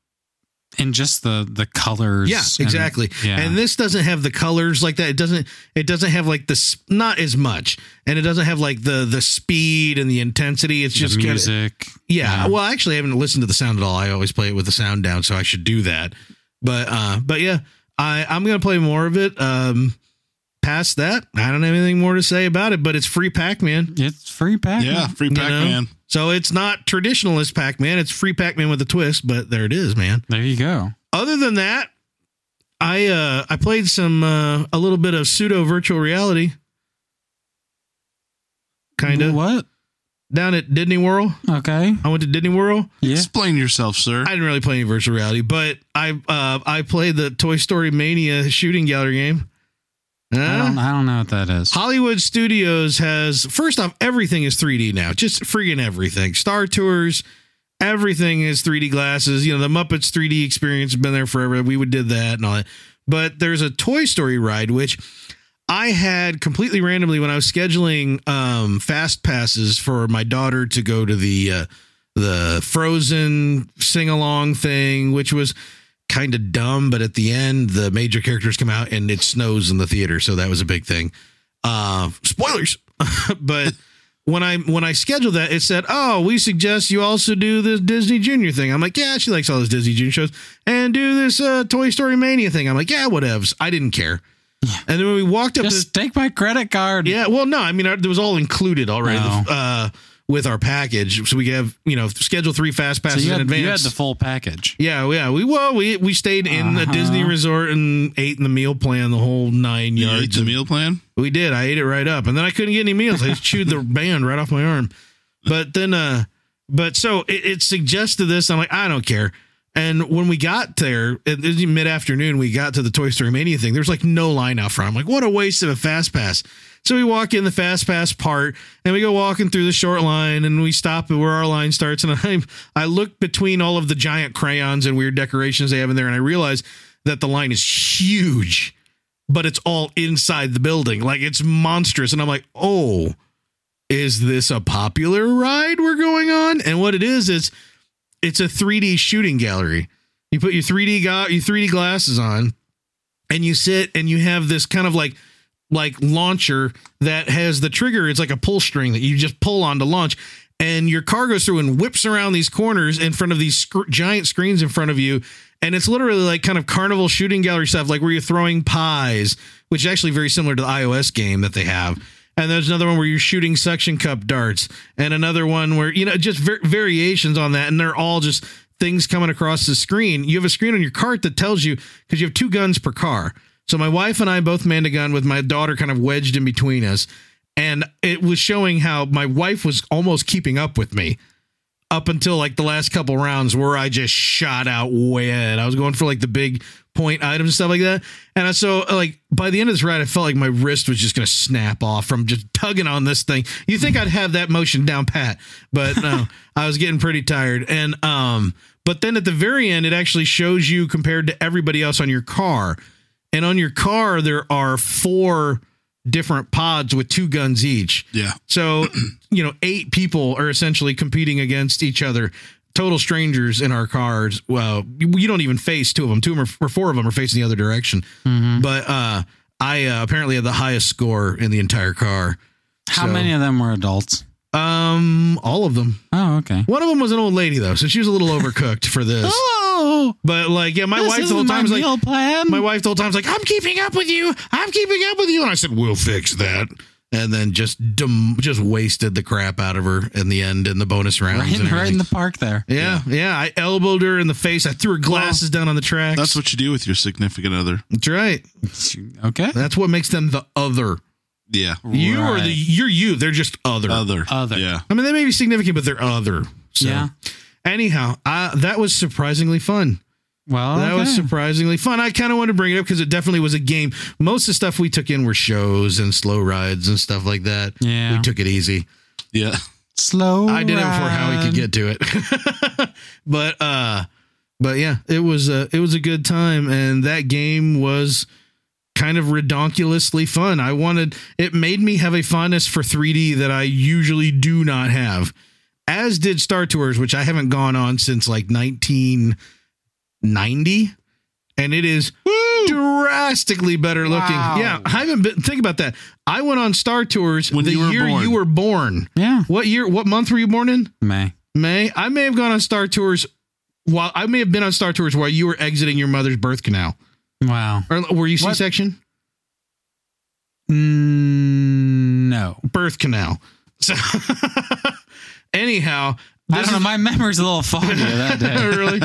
B: in just the the colors.
A: yeah,
B: and-
A: exactly.
B: yeah,
A: And this doesn't have the colors like that. It doesn't. It doesn't have like this. Not as much, and it doesn't have like the the speed and the intensity. It's
B: the
A: just kind of
B: music.
A: Yeah.
B: Yeah.
A: Well, I actually, I haven't listened to the sound at all. I always play it with the sound down, so I should do that. But uh, but yeah, I I'm gonna play more of it. Um, past that, I don't have anything more to say about it. But it's free Pac-Man,
B: it's free pack.
C: Yeah, free
A: You know?
C: Pac-Man.
A: so it's not traditional as Pac-Man. It's free Pac-Man with a twist. But there it is, man.
B: there you go.
A: Other than that, I uh I played some uh, a little bit of pseudo virtual reality, kind of
B: what?
A: down at Disney World.
B: Okay,
A: I went to Disney World.
B: yeah,
C: Explain yourself, sir.
A: I didn't really play any virtual reality, but I uh, I played the Toy Story Mania shooting gallery game.
B: I don't
A: Huh?
B: I don't know what that is.
A: Hollywood Studios has first off everything is 3D now, just freaking everything. Star Tours, everything is 3D glasses. You know the Muppets 3D experience has been there forever. We would did that and all that, but there's a Toy Story ride which I had completely randomly when I was scheduling um, fast passes for my daughter to go to the uh, the Frozen sing along thing, which was kind of dumb. But at the end, the major characters come out and it snows in the theater, so that was a big thing. Uh, spoilers, but. When I when I scheduled that, it said, "Oh, we suggest you also do this Disney Junior thing." I'm like, "Yeah, she likes all those Disney Junior shows," and do this uh, Toy Story Mania thing. I'm like, "Yeah, whatevs." I didn't care. And then when we walked up, to-
B: Just take my credit card.
A: yeah, well, no, I mean, it was all included already
B: Oh.
A: uh, with our package, so we could have you know schedule three fast
B: so
A: passes
B: you
A: in
B: had, you had
A: advance.
B: the full package.
A: yeah, yeah, we well, we we stayed in a
B: Uh-huh.
A: Disney resort and ate in the meal plan the whole nine
C: You
A: yards.
C: ate the meal plan?
A: We did. I ate it right up, and then I couldn't get any meals. I just chewed the band right off my arm. But then, uh, but so it, it suggested this. I'm like, I don't care. And when we got there, it was mid afternoon. We got to the Toy Story Mania thing. There's like no line out front. I'm like, what a waste of a fast pass. So we walk in the fast pass part, and we go walking through the short line, and we stop at where our line starts. And I I look between all of the giant crayons and weird decorations they have in there, and I realize that the line is huge but it's all inside the building. Like it's monstrous. And I'm like, oh, is this a popular ride we're going on? And what it is, it's it's a 3D shooting gallery. You put your 3D go- your 3D glasses on, and you sit and you have this kind of like like launcher that has the trigger. It's like a pull string that you just pull on to launch. And your car goes through and whips around these corners in front of these sc- giant screens in front of you. And it's literally like kind of carnival shooting gallery stuff, like where you're throwing pies, which is actually very similar to the iOS game that they have. And there's another one where you're shooting suction cup darts, and another one where, you know, just var- variations on that. And they're all just things coming across the screen. You have a screen on your cart that tells you because you have two guns per car. So my wife and I both manned a gun with my daughter kind of wedged in between us. And it was showing how my wife was almost keeping up with me up until like the last couple rounds where I just shot out way ahead. I was going for like the big point items and stuff like that. And I, so uh, like by the end of this ride, I felt like my wrist was just going to snap off from just tugging on this thing. You think I'd have that motion down pat, but no, I was getting pretty tired. And, um, but then at the very end, it actually shows you compared to everybody else on your car. And on your car, there are four different pods with two guns each.
C: Yeah.
A: So, you know, eight people are essentially competing against each other, total strangers in our cars. Well, you, you don't even face two of them. Two of them are, or four of them are facing the other direction.
B: Mm-hmm.
A: But uh, I uh, apparently had the highest score in the entire car.
B: How
A: So,
B: many of them were adults?
A: Um, all of them.
B: Oh, okay.
A: One of them was an old lady though, so she was a little overcooked for this.
B: Oh,
A: But like, yeah, my
B: this
A: wife the whole
B: isn't
A: time
B: my
A: was like,
B: meal plan.
A: my wife the whole time's like, "I'm keeping up with you. I'm keeping up with you." And I said, "We'll fix that." And then just dem- just wasted the crap out of her in the end in the bonus rounds.
B: right,
A: and
B: right in
A: everything.
B: the park there.
A: yeah, yeah, I elbowed her in the face. I threw her glasses down on the tracks.
C: That's what you do with your significant other.
A: That's right.
B: Okay.
A: That's what makes them the other.
C: Yeah.
A: You are
B: Right.
A: the you're you. They're just other.
C: Other.
B: Other.
C: Yeah.
A: I mean, they may be significant, but they're other. So.
B: Yeah.
A: Anyhow, I, that was surprisingly fun.
B: Well,
A: That was
B: okay.
A: surprisingly fun. I kind of wanted to bring it up because it definitely was a game. Most of the stuff we took in were shows and slow rides and stuff like that.
B: Yeah.
A: We took it easy.
C: Yeah.
B: slow.
A: I did it before Howie could
B: ride.
A: get to it. but uh but yeah, it was a it was a good time and that game was kind of redonkulously fun. I wanted it made me have a fondness for 3D that I usually do not have. As did Star Tours, which I haven't gone on since like 1990 and it is drastically better looking.
B: Wow.
A: Yeah, I haven't been think about that. I went on Star Tours
C: When
A: the
C: you were
A: year
C: born.
A: you were born.
B: Yeah.
A: What year? What month were you born in?
B: May.
A: May. I may have gone on Star Tours. While I may have been on Star Tours while you were exiting your mother's birth canal,
B: Wow.
A: or were you
B: What?
A: C-section?
B: Mm, no.
A: Birth canal. So, anyhow,
B: I
A: this
B: don't know.
A: is-
B: My memory's a little foggy of that day.
A: really.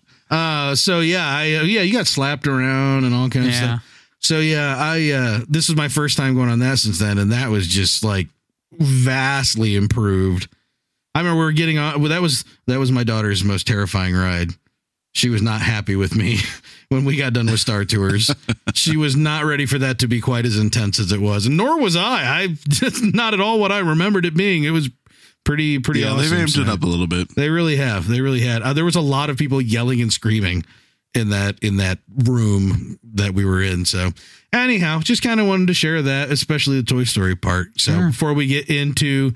A: Uh, so yeah, I, uh, yeah, you got slapped around and all kinds of
B: yeah.
A: stuff. So yeah, I uh, this is my first time going on that since then, and that was just like vastly improved. I remember we were getting on. Well, that was that was my daughter's most terrifying ride. She was not happy with me when we got done with Star Tours. she was not ready for that to be quite as intense as it was, and nor was I. I that's not at all what I remembered it being. It was pretty pretty.
C: Yeah.
A: awesome,
C: They've amped
A: so-
C: it up a little bit.
A: they really have. They really had. Uh, there was a lot of people yelling and screaming in that in that room that we were in. So, anyhow, just kind of wanted to share that, especially the Toy Story part. So,
B: Sure.
A: before we get into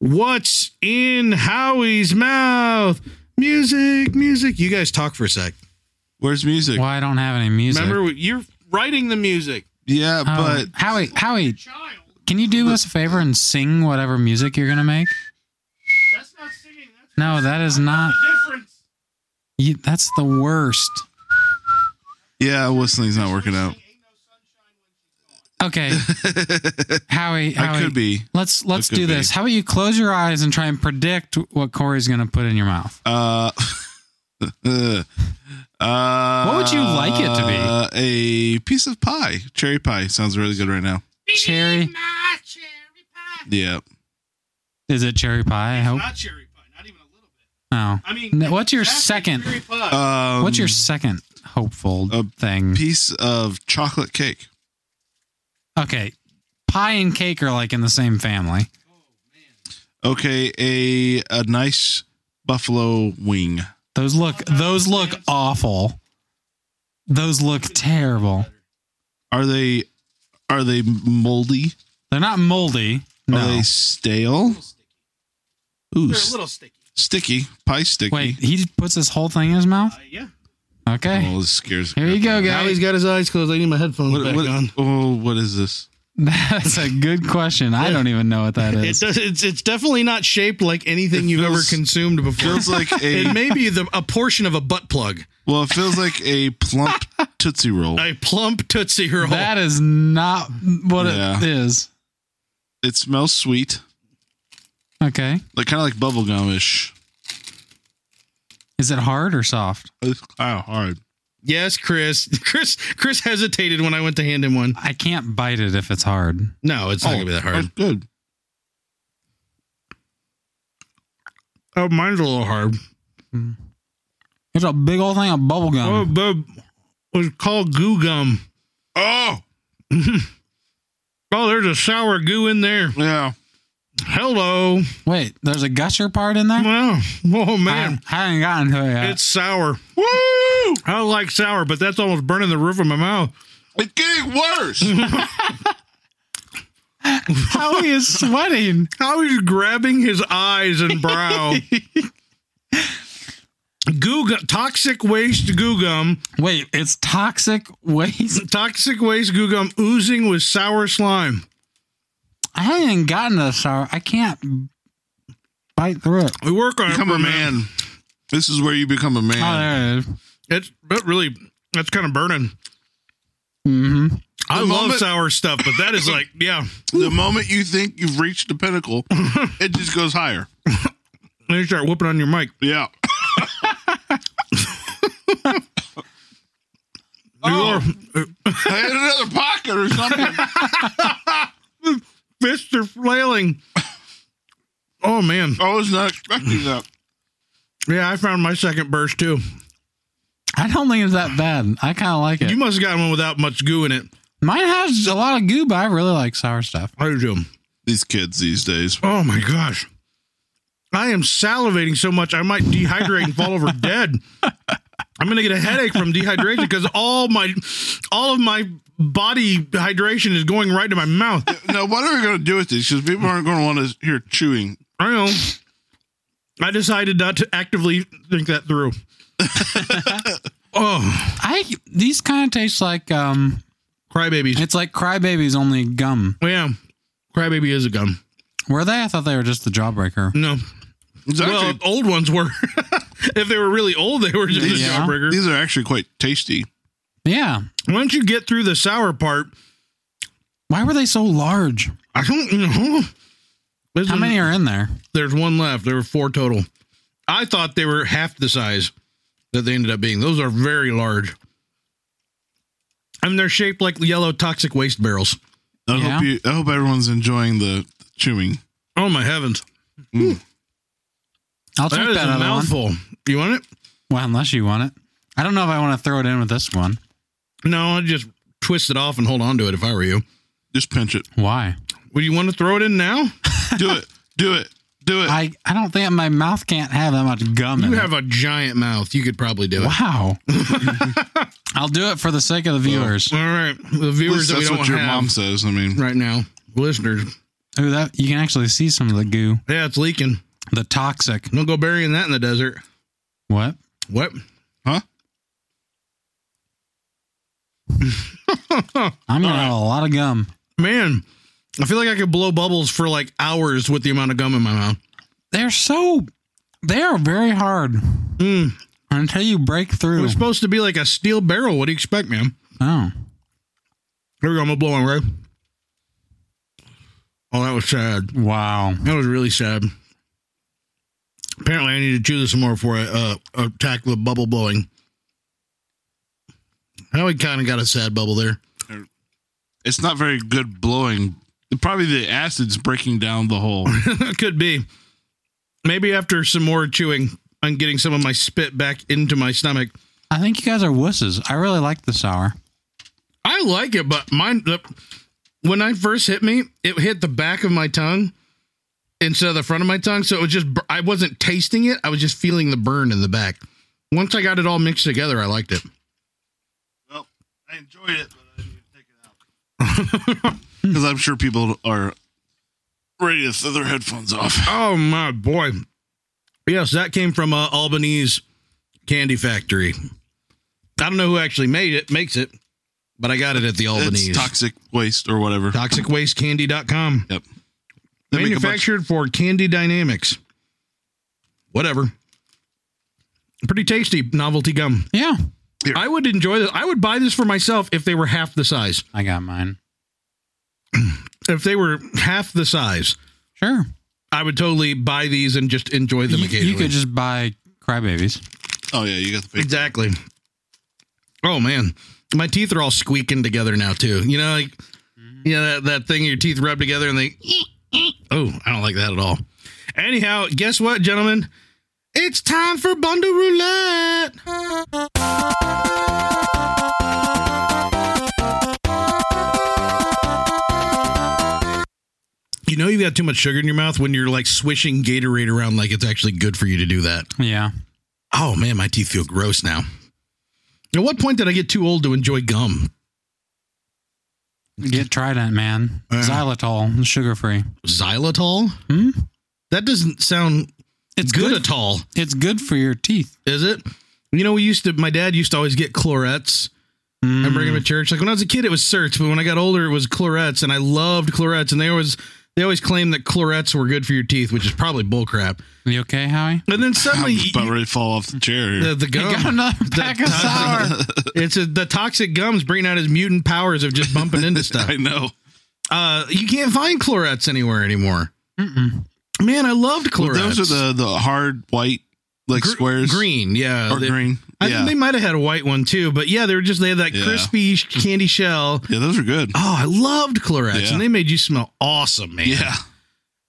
A: what's in Howie's mouth, music, music. You guys talk for a sec.
C: Where's music?
B: Well, I don't have any music.
A: Remember, you're writing the music.
C: Yeah,
B: Um,
C: but
B: Howie, Howie, can you do us a favor and sing whatever music you're gonna make?
A: That's not singing. That's
B: No, that is not.
A: difference.
B: You, that's the worst.
C: yeah, listening's not working out.
B: Okay, Howie, Howie,
C: I could be.
B: Let's let's
C: could
B: do this.
C: be.
B: How about you close your eyes and try and predict what Corey's gonna put in your mouth?
C: Uh, uh, what
B: would you like it to be?
C: be? A piece of pie, cherry pie. Sounds really good right now.
B: Cherry?
C: Yeah,
B: Is it cherry pie? I hope.
A: Not cherry pie. Not even a little bit.
B: No.
A: I mean,
B: No, what's your
A: that's
B: second-
A: cherry pie.
C: um,
B: What's your second hopeful
C: a
B: thing?
C: piece of chocolate cake?
B: Okay, pie and cake are like in the same family.
C: Okay, a a nice buffalo wing.
B: Those look those look awful. Those look terrible.
C: Are they are they moldy?
B: They're not moldy.
A: Oh,
C: Are
B: No.
C: they stale?
A: They're
C: Ooh,
A: a
C: s-
A: little sticky.
C: sticky pie sticky.
B: Wait, he puts this whole thing in his mouth?
A: Uh, yeah.
B: Okay.
C: Oh, this scares
B: Here you go,
A: Now he's
B: guys.
A: got his eyes closed. I need my headphones
C: What,
A: back
C: what-
A: on.
C: oh, what is this?
B: That's a good question. I don't even know what that
A: It
B: is.
A: does, it's it's definitely not shaped like anything
C: It
A: you've ever
C: feels-
A: consumed before.
C: Feels like
A: It
C: a
A: may be the, a portion of a butt plug,
C: well. It feels like a plump tootsie roll.
A: a plump tootsie roll.
B: That is not what
C: Yeah.
B: it is.
C: It smells sweet,
B: Okay.
C: like kind of like bubblegum ish.
B: Is it hard or soft?
C: Oh, hard.
A: yes, Chris. Chris Chris hesitated when I went to hand him one.
B: I can't bite it if it's hard.
A: No, it's not gonna be that hard.
C: That's good.
A: Oh, mine's a little hard.
B: It's a big old thing of bubble
A: Oh,
B: gum.
A: but it's called goo gum.
C: Oh
A: Oh, there's a sour goo in there.
C: yeah.
A: Hello.
B: Wait, there's a gusher part in there?
A: Wow. Oh man,
B: I, I haven't gotten to it yet.
A: it's sour.
C: Woo!
A: I don't like sour, but that's almost burning the roof of my mouth.
C: It's getting worse.
B: How he is sweating.
A: How he's grabbing his eyes and brow. Goo gu- toxic waste goo gum,
B: Wait, it's toxic waste.
A: toxic waste goo gum oozing with sour slime.
B: I haven't even gotten to the sour. I can't bite through it.
A: We work on
C: become
A: it,
C: a man. This is where you become a
B: Oh,
C: man.
B: there it is.
A: It's but really that's kind of burning.
B: Mm-hmm.
A: I
C: The
A: love
C: moment-
A: sour stuff, but that is like yeah,
C: the moment you think you've reached the pinnacle, it just goes higher.
A: then you start whooping on your mic.
C: Yeah.
A: You
C: Oh.
A: are-
C: I had another pocket or something.
A: fists are flailing. Oh man,
C: I was not expecting that.
A: yeah, I found my second burst too.
B: I don't think it's that bad. I kind of like it.
A: You must have gotten one without much goo in it.
B: Mine has a lot of goo, but I really like sour stuff.
A: I do.
C: These kids these days.
A: Oh my gosh. I am salivating so much I might dehydrate and fall over dead. I'm gonna get a headache from dehydration because all my all of my body hydration is going right to my mouth.
C: Now, what are we going to do with these? Because people aren't going to want to hear chewing.
A: I know. I decided not to actively think that through. oh,
B: I these kind of taste like um,
A: crybabies.
B: it's like Crybabies only gum.
A: Yeah. Crybaby is a gum.
B: Were they? I thought they were just the jawbreaker.
A: No.
C: It's
A: Well,
C: actually-
A: old ones were. if they were really old, they were just a
B: Yeah.
A: jawbreaker.
C: these are actually quite tasty.
B: Yeah.
A: Once you get through the sour part,
B: Why were they so large?
A: I don't know. There's,
B: How many are in there?
A: there's one left. There were four total. I thought they were half the size that they ended up being. Those are very large. And they're shaped like yellow toxic waste barrels.
C: I
B: Yeah.
C: hope you. I hope everyone's enjoying the chewing.
A: Oh my heavens.
B: I'll
A: That
B: take
A: is
B: that
A: a
B: other one.
A: mouthful. You want it?
B: Well, unless you want it. I don't know if I want to throw it in with this one.
A: No, I'd just twist it off and hold on to it if I were you.
C: Just pinch it.
B: Why?
A: Would you want to throw it in now?
C: Do it. Do it. Do it.
B: I, I don't think my mouth can't have that much gum in
A: You
B: it.
A: have a giant mouth. You could probably do it.
B: Wow. I'll do it for the sake of the viewers.
A: All right. The
C: At least
A: viewers that we
C: that's
A: don't
C: what your
A: have
C: mom says. I mean,
A: right now. Listeners.
B: Ooh, that you can actually see some of the goo.
A: Yeah, it's leaking.
B: The toxic.
A: Don't go burying that in the desert.
B: What?
A: What?
B: I'm gonna have a lot of gum.
A: Man, I feel like I could blow bubbles for like hours with the amount of gum in my mouth.
B: They're so they are very hard
A: Mm.
B: until you break
A: It
B: through.
A: was supposed to be like a steel barrel. What do you expect, man?
B: Oh.
A: Here we go. I'm gonna blow one, right? Oh, that was sad.
B: Wow.
A: That was really sad. Apparently, I need to chew this some more before I uh, attack the bubble blowing. Now we kind of got a sad bubble there.
C: it's not very good blowing. Probably the acid's breaking down the whole.
A: Could be. Maybe after some more chewing, I'm getting some of my spit back into my stomach.
B: I think you guys are wusses. I really like the sour.
A: I like it, but mine the, when I first hit me, it hit the back of my tongue instead of the front of my tongue, so it was just bur- I wasn't tasting it, I was just feeling the burn in the back. Once I got it all mixed together, I liked it.
C: Well, I enjoyed it, but I need to take it out because I'm sure people are ready to throw their headphones off.
A: Oh my boy. Yes, that came from uh, Albanese Candy Factory. I don't know who actually made it, makes it, but I got it at the
C: It's
A: Albanese.
C: toxic waste or whatever.
A: ToxicWasteCandy.com.
C: yep. They make a bunch-
A: Manufactured for Candy Dynamics. Whatever. Pretty tasty novelty gum.
B: Yeah,
A: I would enjoy this. I would buy this for myself if they were half the size.
B: I got mine.
A: If they were half the size,
B: Sure.
A: I would totally buy these and just enjoy them
B: You,
A: occasionally.
B: you could just buy crybabies.
C: oh yeah, you got the big
A: Exactly. Oh man, my teeth are all squeaking together now too. You know, like you know that, that thing your teeth rub together and they. Oh, I don't like that at all. Anyhow, guess what, gentlemen? It's time for bundle roulette. You know you've got too much sugar in your mouth when you're like swishing Gatorade around like it's actually good for you to do that.
B: Yeah.
A: Oh man, my teeth feel gross now. At what point did I get too old to enjoy gum?
B: Get Trident, man.
A: Yeah.
B: Xylitol, sugar free.
A: Xylitol?
B: Hmm?
A: That doesn't sound
B: It's
A: good,
B: good.
A: at all,
B: It's good for your teeth.
A: is it? You know, we used to. My dad used to always get chlorets
B: Mm.
A: and bring them to church. Like when I was a kid, it was certs, but when I got older, it was chlorets, and I loved chlorets. And they always they always claimed that chlorets were good for your teeth, which is probably bullcrap.
B: You okay, Howie?
A: And then suddenly,
C: I'm about ready to fall off the chair here.
A: the, the
B: You got
A: gum.
B: another pack of sour.
A: it's a, the toxic gums bringing out his mutant powers of just bumping into stuff.
C: I know.
A: Uh, you can't find chlorets anywhere anymore.
B: Mm-mm.
A: Man, I loved chlorets.
C: Those are the the hard white like
A: Gr-
C: squares
A: green, yeah.
C: or
A: They-
C: green.
A: I
C: yeah.
A: think they might have had a white one too, but yeah, they were just they had that
C: Yeah.
A: crispy sh- candy shell.
C: yeah, those are good.
A: Oh, I loved chlorets,
C: Yeah.
A: and they made you smell awesome, man.
C: Yeah.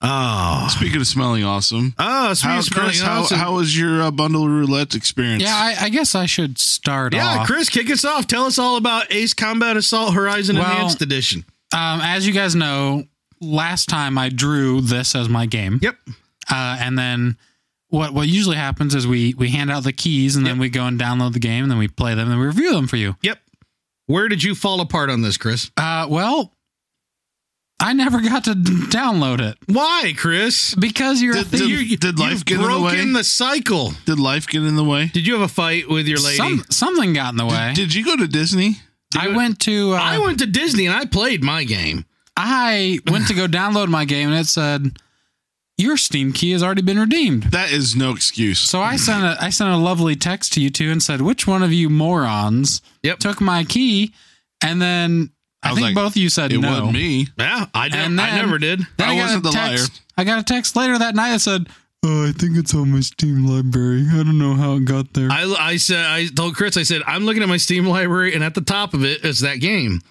A: Oh,
C: Speaking of smelling awesome,
A: oh, sweet
C: how,
A: smelling
C: Chris, how-
A: awesome.
C: how was your uh, bundle roulette experience?
B: Yeah, I, I guess I should start
A: yeah,
B: off.
A: Chris, kick us off. Tell us all about Ace Combat Assault Horizon
B: Well-
A: Enhanced Edition.
B: Um, as you guys know, last time I drew this as my game.
A: Yep.
B: Uh, and then what what usually happens is we we hand out the keys and then we go and download the game and then we play them and we review them for you.
A: Yep. Where did you fall apart on this, Chris?
B: Uh, well, I never got to d- download it
A: Why, Chris?
B: because you're a
C: Did-
B: thief.
C: did- did life
A: You've
C: get in the
A: broken
C: way?
A: the cycle.
C: Did life get in the way?
A: Did you have a fight with your lady?
B: Some, something got in the way.
C: Did, did you go to Disney?
B: I went to uh,
A: I went to Disney and I played my game.
B: I went to go download my game and it said your Steam key has already been redeemed.
C: That is no excuse.
B: So I sent a I sent a lovely text to you two and said, "Which one of you morons
A: Yep.
B: took my key?" And then I,
C: I was
B: think
C: like,
B: both of you said
C: It
B: no.
C: wasn't me.
A: Yeah, I did.
B: And
A: I
B: then-
A: never did.
B: Then
C: I
B: got
C: wasn't
B: a
C: the liar.
B: text, I got a text later that night that said, "Oh, I think it's on my Steam library. I don't know how it got there."
A: I, I said I told Chris I said I'm looking at my Steam library and at the top of it is that game,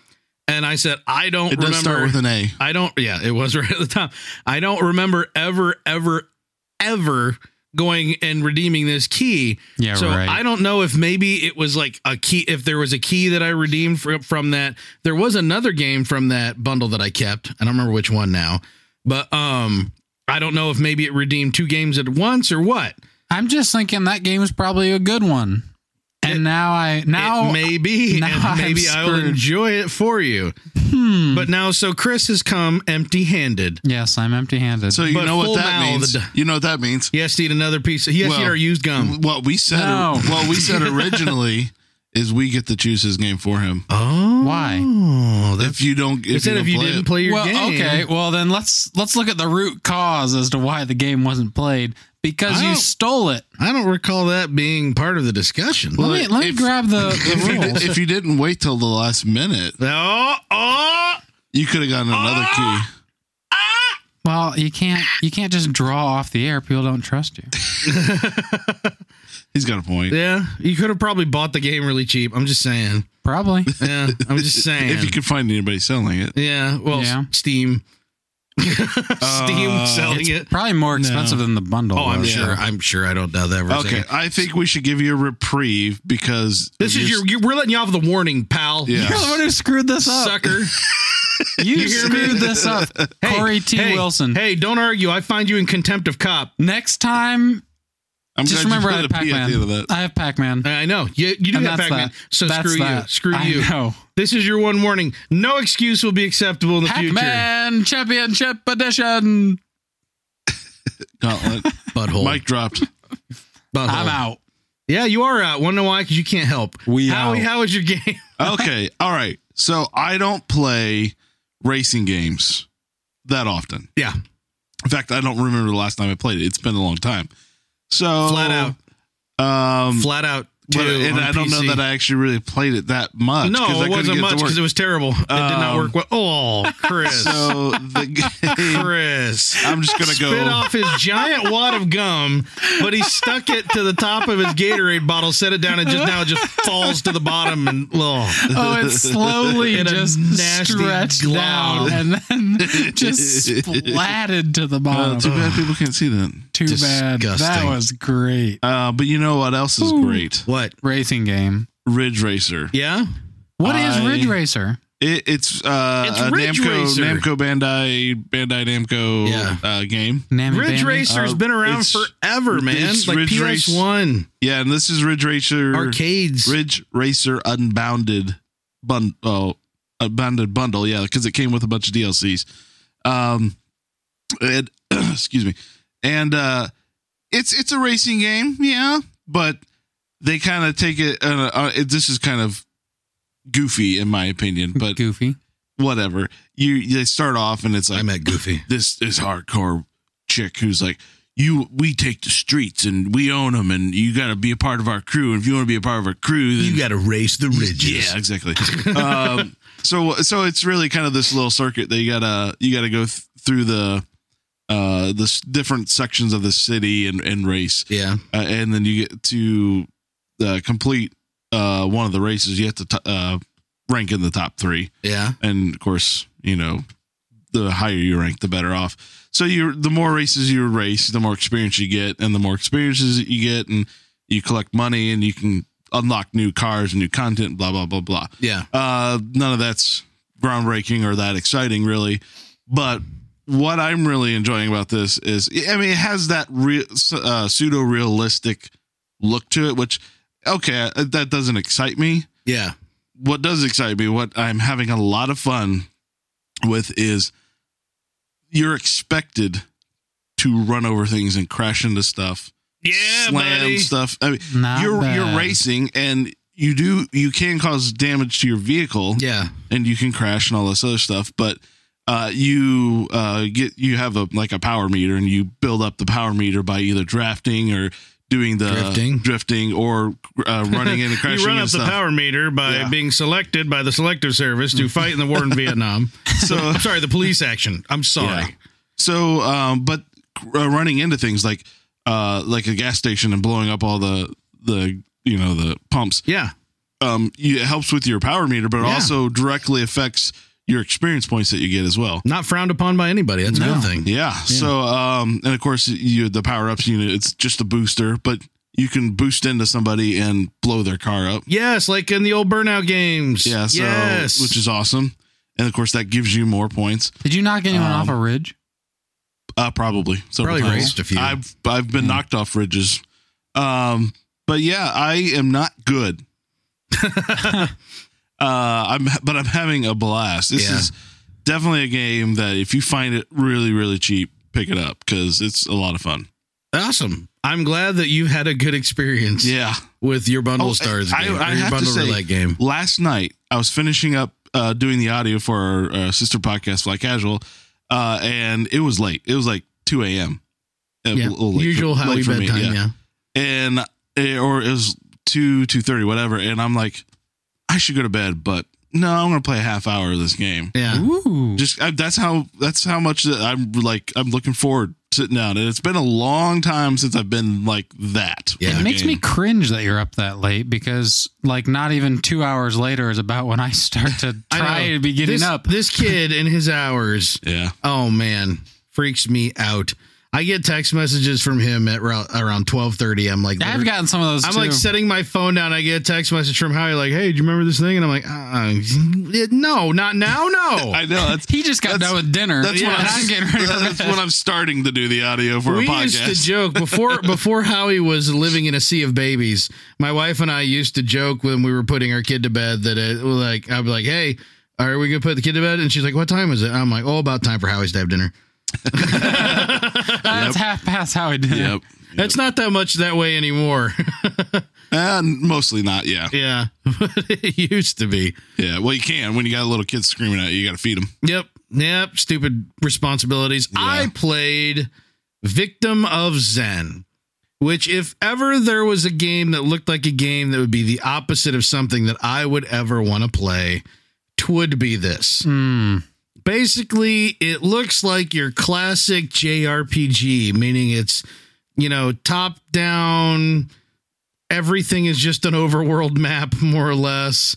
A: and I said I don't
C: It does start
A: remember.
C: with an A.
A: I don't. Yeah, it was right at the top. I don't remember ever, ever, ever going and redeeming this key.
B: yeah,
A: so
B: right.
A: I don't know if maybe it was like a key. If there was a key that I redeemed fr- from that, there was another game from that bundle that I kept. I don't remember which one now, but um, I don't know if maybe it redeemed two games at once or what.
B: I'm just thinking that game is probably a good one, and
A: It-
B: now I now
A: it may be,
B: now
A: and
B: I'm
A: maybe I will
B: screwed.
A: enjoy it for you.
B: hmm.
A: But now, so Chris has come empty-handed.
B: yes, I'm empty-handed.
C: So you
A: But
C: know what that means.
A: full-mouthed.
C: You know what that means.
A: He has to eat another piece. He has to eat
C: Well,
A: our used gum.
C: What we said.
B: No.
C: What we said originally is we get to choose his game for him.
A: Oh,
B: Why?
A: That's,
C: If you don't,
A: if
C: if you,
A: said
C: don't
A: if you
C: play
A: didn't
C: it.
A: play your
B: well,
A: game.
B: okay. Well, then let's let's look at the root cause as to why the game wasn't played because
A: I
B: you
A: don't-
B: stole it.
A: I don't recall that being part of the discussion.
B: Let me let me
C: if-
B: grab the,
C: if
B: the
C: you,
B: rules.
C: did, if you didn't wait till the last minute,
A: Oh, oh,
C: you could have gotten
A: Ah!
C: another key.
B: well, you can't you can't just draw off the air. People don't trust you.
C: He's got a point.
A: yeah. You could have probably bought the game really cheap. I'm just saying.
B: Probably.
A: Yeah, I'm just saying.
C: If you could find anybody selling it,
A: yeah, well,
B: Yeah.
A: s- Steam, Steam
C: Uh,
A: selling it.
B: Probably more expensive than the bundle.
A: Oh, I'm
B: was.
C: yeah.
A: sure. I'm sure. I don't doubt that. For a
C: okay.
A: second.
C: I think we should give you a reprieve because
A: This
C: of
A: is your, you We're letting you off the warning, pal.
C: Yeah.
B: You're the one who screwed this up.
A: Sucker.
B: You,
A: You hear me?
B: screwed this up.
A: Hey,
B: Corey T.
A: hey,
B: Wilson.
A: Hey, don't argue. I find you in contempt of cop.
B: Next time,
C: I'm
B: just
C: glad
B: remember I
C: you
B: have
C: put a P at the end of
B: Pac-Man.
C: that.
B: I have Pac-Man.
A: I know. You, you do
B: And
A: have
B: that's
A: Pac-Man.
B: that.
A: So
B: That's
A: screw you.
B: that.
A: Screw
B: I
A: you.
B: know.
A: This is your one warning. No excuse will be acceptable in the future.
B: Pac-Man Championship Edition.
C: Gauntlet.
A: Butthole.
C: Mike dropped.
A: Butthole.
B: I'm out.
A: Yeah, you are out. Wanna know why? Because you can't help.
B: We
A: Howie,
B: out.
A: how was your game?
C: okay. All right. So I don't play racing games that often.
A: yeah,
C: In fact, I don't remember the last time I played it. It's been a long time. So
A: flat out,
C: Um,
A: flat out. Too,
C: but- and
A: on
C: I don't
A: PC.
C: know that I actually really played it that much.
A: No,
C: 'cause
A: it
C: I couldn't
A: wasn't
C: get
A: much
C: to work.
A: because it was terrible. It did not
C: Um,
A: work well. Oh, Chris,
C: so the game.
A: Chris.
C: I'm just gonna
A: Spit
C: go.
A: off his giant wad of gum, but he stuck it to the top of his Gatorade bottle, set it down, and just now it just falls to the bottom and oh.
B: Oh, it slowly
A: In a
B: just
A: nasty
B: stretched
A: glob.
B: down and then just splatted to the
C: Uh, too
B: bottom.
C: bad people can't see that.
B: Too bad. That
A: disgusting.
B: was great.
C: Uh, but you know what else is
B: Ooh.
C: great?
A: What?
B: Racing game.
C: Ridge Racer.
A: Yeah.
B: What is
C: I-
B: Ridge Racer?
C: It, it's uh,
A: It's
C: a
A: Ridge
C: Namco,
A: Racer.
C: Namco Bandai Bandai Namco
A: Yeah.
C: uh, game.
B: Nammy
A: Ridge
B: Bammy?
A: Racer's
C: Uh,
A: been around
C: it's-
A: forever, man.
C: it's
A: Like
C: Ridge Race-
A: PS1
C: Yeah, and this is Ridge Racer
A: arcades.
C: Ridge Racer Unbounded bun oh Unbounded bundle. Yeah, because it came with a bunch of DLCs. Um, and, excuse me, and uh, it's it's a racing game. Yeah, but they kind of take it. Uh, uh, it this is kind of goofy in my opinion, but
B: Oh, Goofy.
C: whatever. You they start off and it's like
A: I met Goofy.
C: this is hardcore chick who's like you we take the streets and we own them and you got to be a part of our crew and if you want to be a part of our crew then
A: You got to race the ridges.
C: yeah exactly um, so so it's really kind of this little circuit that you gotta you gotta go th- through the uh the s- different sections of the city and and race
A: Yeah.
C: uh, and then you get to uh, complete uh one of the races you have to t- uh rank in the top three
A: Yeah.
C: and of course you know the higher you rank the better off so you the more races you race the more experience you get and the more experiences that you get and you collect money and you can unlock new cars and new content blah blah blah blah
A: Yeah.
C: uh none of that's groundbreaking or that exciting really but what i'm really enjoying about this is i mean it has that real uh, pseudo realistic look to it which okay uh, that doesn't excite me
A: Yeah.
C: what does excite me, what I'm having a lot of fun with is you're expected to run over things and crash into stuff,
A: Yeah,
C: slam stuff. I mean,
B: Not
C: you're
B: bad.
C: you're racing and you do you can cause damage to your vehicle
A: Yeah.
C: and you can crash and all this other stuff, but uh, you uh, get you have a like a power meter and you build up the power meter by either drafting or doing the
A: Drifting.
C: drifting or uh, running into crashing
A: You run
C: and
A: up the
C: stuff.
A: power meter by
C: Yeah.
A: being selected by the Selective Service to fight in the war in Vietnam. So I'm sorry, the police action. I'm sorry.
C: Yeah. So, um, but uh, running into things like uh, like a gas station and blowing up all the the you know the pumps,
A: Yeah.
C: um, you, it helps with your power meter, but it
A: Yeah.
C: also directly affects your experience points that you get as well.
A: Not frowned upon by anybody. That's a
B: No.
A: good thing.
C: Yeah. So, um, and of course, you the power ups unit. It's just a booster, but you can boost into somebody and blow their car up.
A: Yes, like in the old burnout games.
C: Yeah. So,
A: yes.
C: which is awesome. And of course, that gives you more points.
B: Did you knock anyone
C: Um,
B: off a ridge?
C: Uh, probably. several
A: Probably
C: times.
A: raced a few. Hmm.
C: I've I've been
B: Yeah.
C: knocked off ridges. Um, but yeah, I am not good. uh, I'm but I'm having a blast. This
A: Yeah.
C: is definitely a game that if you find it really really cheap, pick it up because it's a lot of fun.
A: awesome. I'm glad that you had a good experience
C: Yeah.
A: with your bundle
C: Oh, I-
A: stars
C: I-
A: game,
C: I
A: or your
C: have to
A: bundle
C: say-
A: roulette game.
C: Last night I was finishing up uh, doing the audio for our uh, sister podcast Fly Casual, uh, and it was late. It was like two a.m. Uh, a
A: Yeah.
C: little late for-
A: Usual
C: late
A: Howie
C: for me,
A: bedtime.
C: yeah.
A: yeah.
C: and eh, or it was two two thirty whatever, and I'm like, I should go to bed, but no, I'm gonna play a half hour of this game.
A: Yeah.
B: Ooh.
C: Just I, that's how that's how much that I'm like I'm looking forward to sitting down, and it's been a long time since I've been like that.
A: Yeah.
C: with
B: it
C: a
B: makes me
C: game.
B: cringe that you're up that late because, like, not even two hours later is about when I start to
A: I
B: try
A: know.
B: to be getting
A: this,
B: up.
A: This kid in his hours.
C: Yeah,
A: Oh man, freaks me out. I get text messages from him at around, around twelve thirty. I'm like,
B: I've gotten some of those
A: I'm
B: too.
A: like setting my phone down. I get a text message from Howie like, "Hey, do you remember this thing?" And I'm like, uh, "No, not now, no."
C: I know. That's
B: he just got
C: That's-
B: done with dinner.
C: that's
B: and
C: what
B: I'm
C: I'm
B: getting ready for
C: that's when I'm starting to do the audio for
A: we
C: a podcast.
A: used to joke before before Howie was living in a sea of babies. My wife and I used to joke when we were putting our kid to bed that it was like I'd be like, "Hey, are we gonna put the kid to bed?" And she's like, "What time is it?" I'm like, "Oh, about time for Howie's to have dinner."
B: That's half past how I did it.
C: yep.
A: It's not that much that way anymore.
C: Uh, mostly not. Yeah.
A: Yeah, it used to be.
C: Yeah. Well, you can when you got little kids screaming at you. You got to feed them.
A: Yep, yep. Stupid responsibilities. I played Victim of Zen, which, if ever there was a game that looked like a game that would be the opposite of something that I would ever want to play, twould be this.
B: Hmm.
A: basically it looks like your classic JRPG, meaning it's you know top down. Everything is just an overworld map, more or less.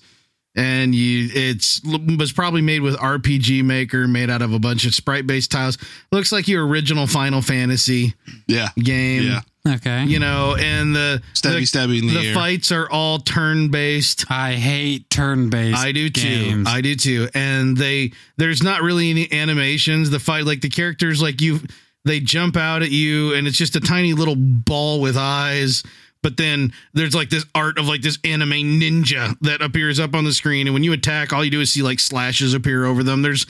A: And you, it's was probably made with RPG Maker, made out of a bunch of sprite based tiles. Looks like your original Final Fantasy
C: Yeah.
A: game,
C: Yeah.
B: Okay.
A: you know. And the
C: Stabby, stabby in
A: the,
C: the,
A: the
C: air.
A: fights are all turn based.
B: I hate turn-based.
A: I do too.
B: games.
A: I do too. And they there's not really any animations. The fight like the characters like you they jump out at you and it's just a tiny little ball with eyes. But then there's like this art of like this anime ninja that appears up on the screen and when you attack all you do is see like slashes appear over them. There's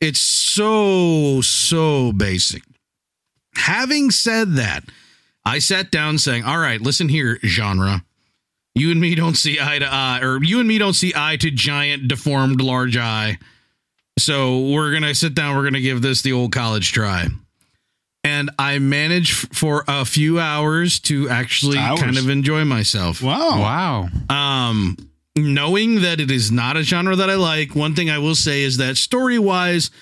A: it's so so basic. Having said that, I sat down saying, "All right, listen here, genre. You and me don't see eye to eye, or you and me don't see eye to giant, deformed, large eye. So we're gonna sit down. We're gonna give this the old college try." And I managed f- for a few hours to actually
C: Hours?
A: kind of enjoy myself.
C: Wow.
B: Oh, Wow.
A: Um, knowing that it is not a genre that I like, one thing I will say is that story wise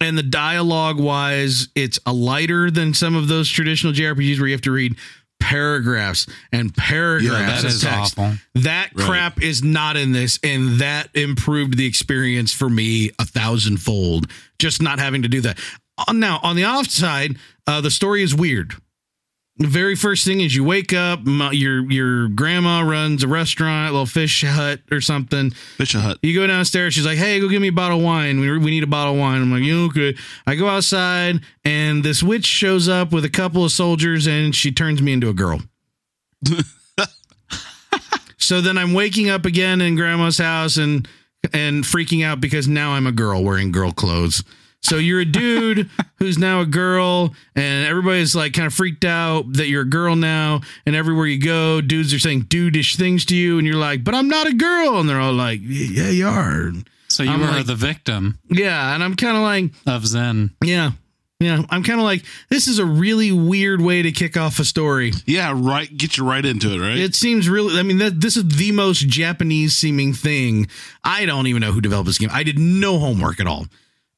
A: and the dialogue wise, it's a lighter than some of those traditional JRPGs where you have to read paragraphs and paragraphs
B: That
A: of
B: is
A: text.
B: awful.
A: That
C: Right.
A: crap is not in this, and that improved the experience for me a thousandfold. Just not having to do that. Uh, Now, on the offside, uh, the story is weird. The very first thing is you wake up, m- your your grandma runs a restaurant, a little fish hut or something.
C: Fish a hut.
A: You go downstairs. She's like, "Hey, go give me a bottle of wine. We, we need a bottle of wine." I'm like, "Yeah, "Okay." I go outside, and this witch shows up with a couple of soldiers, and she turns me into a girl. so then I'm waking up again in Grandma's house and and freaking out because now I'm a girl wearing girl clothes. So you're a dude who's now a girl, and everybody's like kind of freaked out that you're a girl now. And everywhere you go, dudes are saying dudeish things to you, and you're like, "But I'm not a girl," and they're all like, "Yeah, you are."
B: So you
A: I'm
B: were
A: like-
B: the victim
A: Yeah, and I'm kind of like,
B: of Zen.
A: yeah, yeah. I'm kind of like, this is a really weird way to kick off a story.
C: Yeah. Right. Get you right into it. Right.
A: It seems really. I mean, that, this is the most Japanese seeming thing. I don't even know who developed this game. I did no homework at all.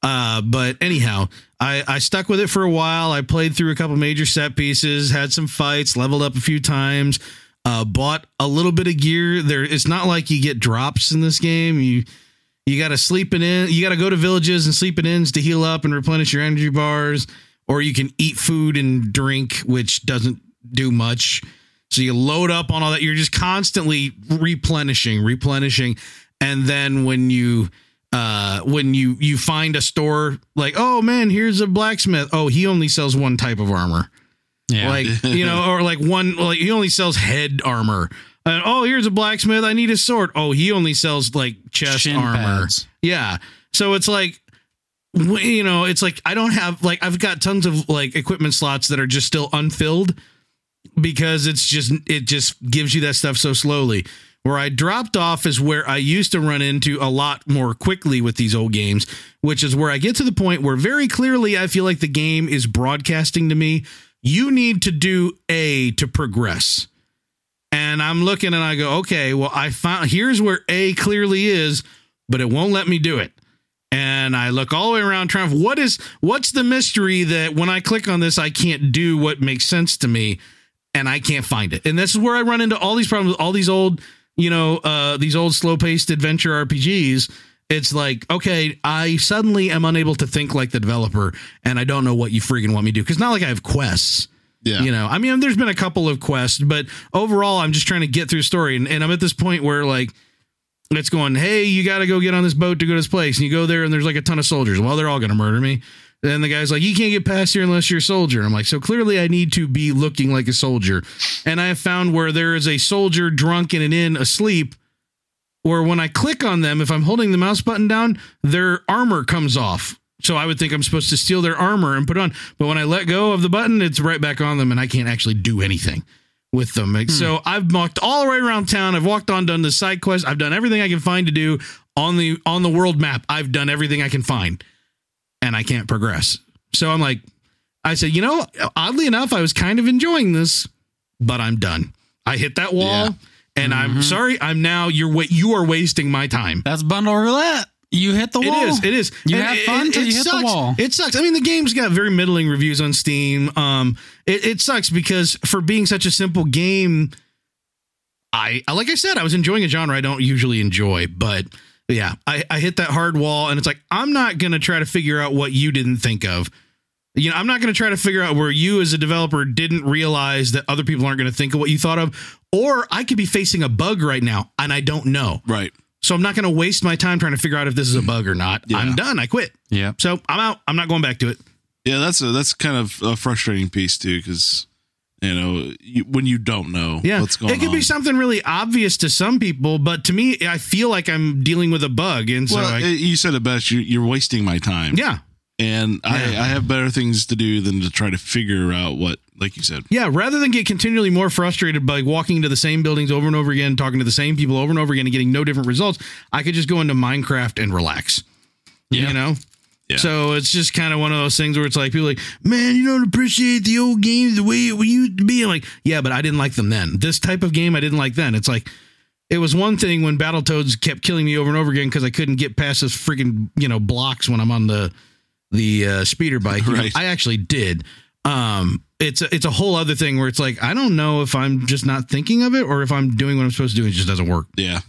A: Uh, but anyhow, I, I stuck with it for a while. I played through a couple major set pieces, had some fights, leveled up a few times, uh, bought a little bit of gear. There, it's not like you get drops in this game. You you got to sleep it in. You got to go to villages and sleep in inns to heal up and replenish your energy bars, or you can eat food and drink, which doesn't do much. So you load up on all that. You're just constantly replenishing, replenishing, and then when you uh when you you find a store like oh man here's a blacksmith oh he only sells one type of armor
B: Yeah.
A: like you know or like one like he only sells head armor Uh, oh here's a blacksmith i need a sword oh he only sells like chest
B: Shin
A: armor
B: pads.
A: yeah. So it's like, w- you know, it's like I don't have like I've got tons of like equipment slots that are just still unfilled because it's just it just gives you that stuff so slowly. Where I dropped off is where I used to run into a lot more quickly with these old games, which is where I get to the point where very clearly I feel like the game is broadcasting to me, you need to do A to progress. And I'm looking and I go, okay, well, I found here's where A clearly is, but it won't let me do it. And I look all the way around trying to- what is what's the mystery that when I click on this, I can't do what makes sense to me and I can't find it. And this is where I run into all these problems, all these old, you know, uh, these old slow paced adventure RPGs. It's like, okay, I suddenly am unable to think like the developer and I don't know what you freaking want me to do. Cause not like I have quests.
C: yeah.
A: You know, I mean, there's been a couple of quests, but overall, I'm just trying to get through the story. And, and I'm at this point where, like, it's going, hey, you got to go get on this boat to go to this place. And you go there, and there's like a ton of soldiers. Well, they're all going to murder me. Then the guy's like, you can't get past here unless you're a soldier. I'm like, so clearly I need to be looking like a soldier. And I have found where there is a soldier drunk in an inn asleep, where when I click on them, if I'm holding the mouse button down, their armor comes off. So I would think I'm supposed to steal their armor and put it on. But when I let go of the button, it's right back on them and I can't actually do anything. with them. Like, So I've walked all the way around town. I've walked on, done the side quest. I've done everything I can find to do on the on the world map. I've done everything I can find, and I can't progress. So I'm like, I said, you know, oddly enough, I was kind of enjoying this, but I'm done. I hit that wall,
C: Yeah.
A: and I'm sorry. I'm now you're what you are wasting my time.
B: That's bundle roulette. You hit the wall.
A: It is. It is.
B: You have fun till you hit the
A: sucks.
B: wall.
A: It sucks. I mean, the game's got very middling reviews on Steam. Um, it, it sucks because for being such a simple game, I I- like I said, I was enjoying a genre I don't usually enjoy, but yeah, I, I hit that hard wall, and it's like I'm not gonna try to figure out what you didn't think of. You know, I'm not going to try to figure out where you as a developer didn't realize that other people aren't going to think of what you thought of, or I could be facing a bug right now and I don't know.
C: Right.
A: So I'm not going to waste my time trying to figure out if this is a bug or not.
C: Yeah.
A: I'm done. I quit.
B: Yep.
A: So I'm out. I'm not going back to it.
C: Yeah, that's a that's kind of a frustrating piece too, because you know you, when you don't know
A: Yeah.
C: what's going
A: it could
C: on.
A: be something really obvious to some people, but to me, I feel like I'm dealing with a bug. And so,
C: well,
A: I,
C: it- you said it best. You, you're wasting my time.
A: yeah.
C: and I, I have better things to do than to try to figure out what, like you said.
A: Yeah. Rather than get continually more frustrated by walking into the same buildings over and over again, talking to the same people over and over again, and getting no different results, I could just go into Minecraft and relax.
B: Yeah.
A: You know?
C: Yeah.
A: So it's just kind of one of those things where it's like people are like, man, you don't appreciate the old games the way it used to be. I'm like, yeah, but I didn't like them then. This type of game I didn't like then. It's like it was one thing when Battletoads kept killing me over and over again because I couldn't get past those freaking you know blocks when I'm on the the uh, speeder bike. You know,
C: Right.
A: I actually did. Um, it's a, it's a whole other thing where it's like I don't know if I'm just not thinking of it or if I'm doing what I'm supposed to do. and It just doesn't work.
C: Yeah,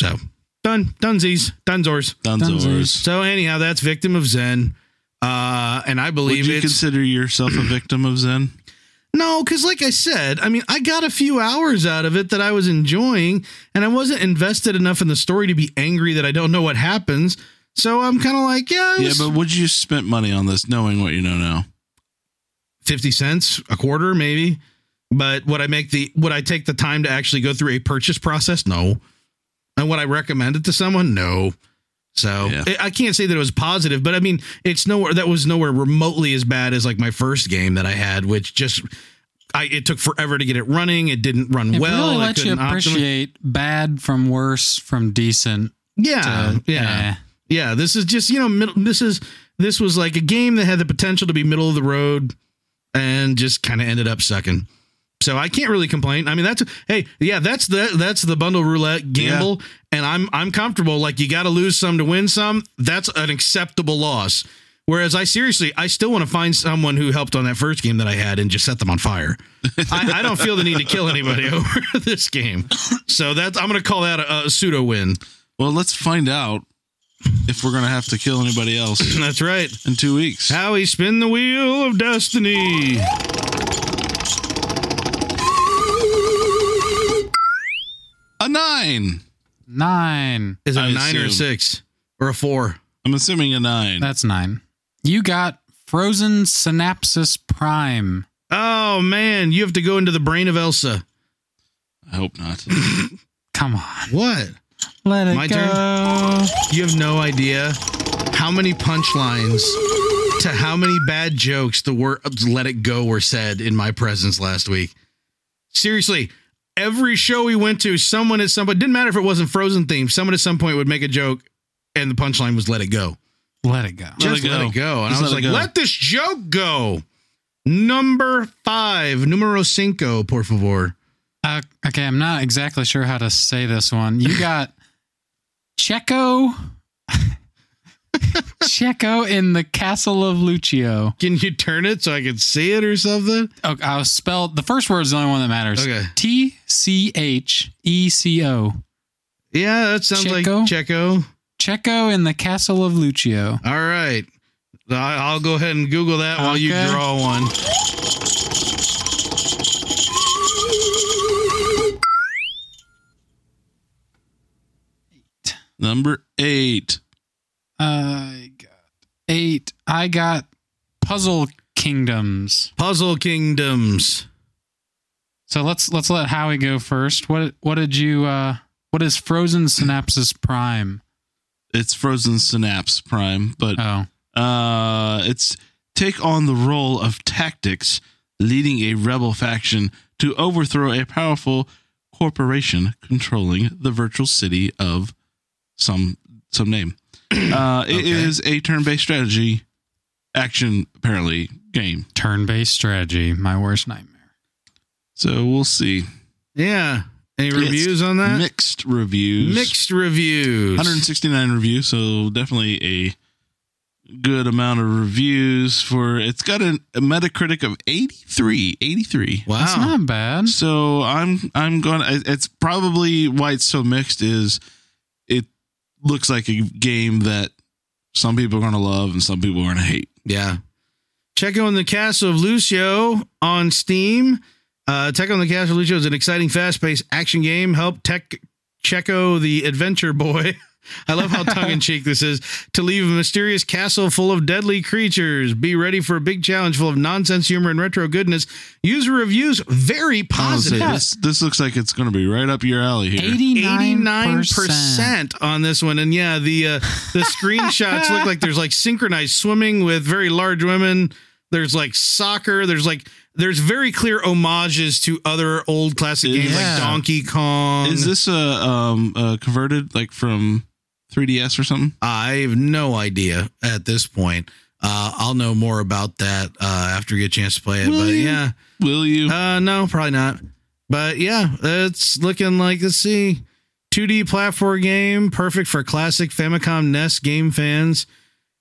A: So done, donezies, donezors.
C: Dunzors.
A: So anyhow, that's victim of Zen. Uh, and I
C: Would
A: believe
C: you
A: it's
C: consider yourself a victim of Zen?
A: no, because like I said, I mean, I got a few hours out of it that I was enjoying, and I wasn't invested enough in the story to be angry that I don't know what happens. So I'm kind of like, yeah, it
C: Yeah,
A: was
C: but would you spend money on this, knowing what you know now?
A: fifty cents, a quarter, maybe. But would I make the would I take the time to actually go through a purchase process? No. And would I recommend it to someone? No. So
C: Yeah.
A: I I can't say that it was positive, but I mean, it's nowhere that was nowhere remotely as bad as like my first game that I had, which just I it took forever to get it running. It didn't run
B: It
A: well.
B: really
A: I
B: lets you
A: couldn't optimi-
B: appreciate bad from worse from decent. To,
A: Yeah, yeah,
B: eh.
A: yeah. This is just you know middle, this is this was like a game that had the potential to be middle of the road, and just kind of ended up sucking. So I can't really complain. I mean that's hey yeah that's the that's the bundle roulette gamble, and I'm I'm comfortable. Like you got to lose some to win some. That's an acceptable loss. Whereas I seriously, I still want to find someone who helped on that first game that I had and just set them on fire. I, I don't feel the need to kill anybody over this game. So that's I'm going to call that a, a pseudo win.
C: Well, let's find out if we're gonna have to kill anybody else
A: That's right.
C: in two weeks.
A: Howie, spin the wheel of destiny.
C: A nine.
B: Nine.
A: Is it a
C: I
A: nine or a
C: assume.
A: six or a four?
C: I'm assuming a nine.
B: That's nine. You got Frozen Synapsis Prime.
A: Oh man, you have to go into the brain of Elsa.
C: I hope not.
B: Come on.
A: What?
B: Let it
A: My
B: go.
A: turn? You have no idea how many punchlines to how many bad jokes the word "let it go" were said in my presence last week. Seriously, every show we went to, someone at some point didn't matter if it wasn't Frozen themed. Someone at some point would make a joke, and the punchline was "let it go."
B: Let it go.
A: just
C: it
A: let
C: go.
A: it go. And I
C: Just
A: was
C: let
A: like,
C: it go.
A: let this joke go. Number five, numero cinco, por favor.
B: Uh, okay, I'm not exactly sure how to say this one. You got Checo. Checo in the Castle of Lucio.
A: Can you turn it so I can see it or something?
B: Oh, I'll spell the first word is the only one that matters.
A: Okay.
B: T C H E C O.
A: Yeah, that sounds like
B: Checo?
A: Checo.
B: Checo in the Castle of Lucio.
A: All right. I- I'll go ahead and Google that while you
B: Okay.
A: draw one.
C: Number eight.
B: I got Uh, eight. I got Puzzle Kingdoms.
A: Puzzle Kingdoms.
B: So let's let's let Howie go first. What what did you uh what is Frozen Synapses Prime?
C: It's Frozen Synapse Prime, but
B: Oh.
C: Uh, it's take on the role of tactics leading a rebel faction to overthrow a powerful corporation controlling the virtual city of some some name. Uh, It
A: Okay.
C: is a turn-based strategy action apparently game.
B: Turn based strategy, my worst nightmare.
C: So we'll see.
A: Yeah. Any
C: Yes.
A: reviews on that?
C: Mixed reviews.
A: Mixed reviews.
C: 169 reviews, so definitely a good amount of reviews for it's got a, a metacritic of 83 83
A: Wow.
B: That's not bad.
C: Oh. so i'm i'm gonna it- it's probably why it's so mixed is it looks like a game that some people are gonna love and some people are gonna hate
A: Yeah. Check on the Castle of Lucio on Steam. Uh, Tech on the Castle of Lucio is an exciting, fast paced action game. Help Tech Checo the Adventure Boy. I love how tongue in cheek this is to leave a mysterious castle full of deadly creatures. Be ready for a big challenge full of nonsense, humor, and retro goodness. User reviews very
C: Honestly,
A: positive.
C: this this looks like it's gonna be right up your alley here
B: 89%.
A: 89% on this one and yeah the uh, the screenshots look like there's like synchronized swimming with very large women there's like soccer there's like there's very clear homages to other old classic
C: Is-
A: games
B: Yeah.
A: like Donkey Kong
C: is this a um uh converted like from 3ds or something
A: I have no idea at this point uh, I'll know more about that uh, after you get a chance to play it
C: Will
A: but
C: you?
A: yeah
C: will you
A: Uh, no, probably not. But yeah, it's looking like let's see, 2D platform game, perfect for classic Famicom NES game fans.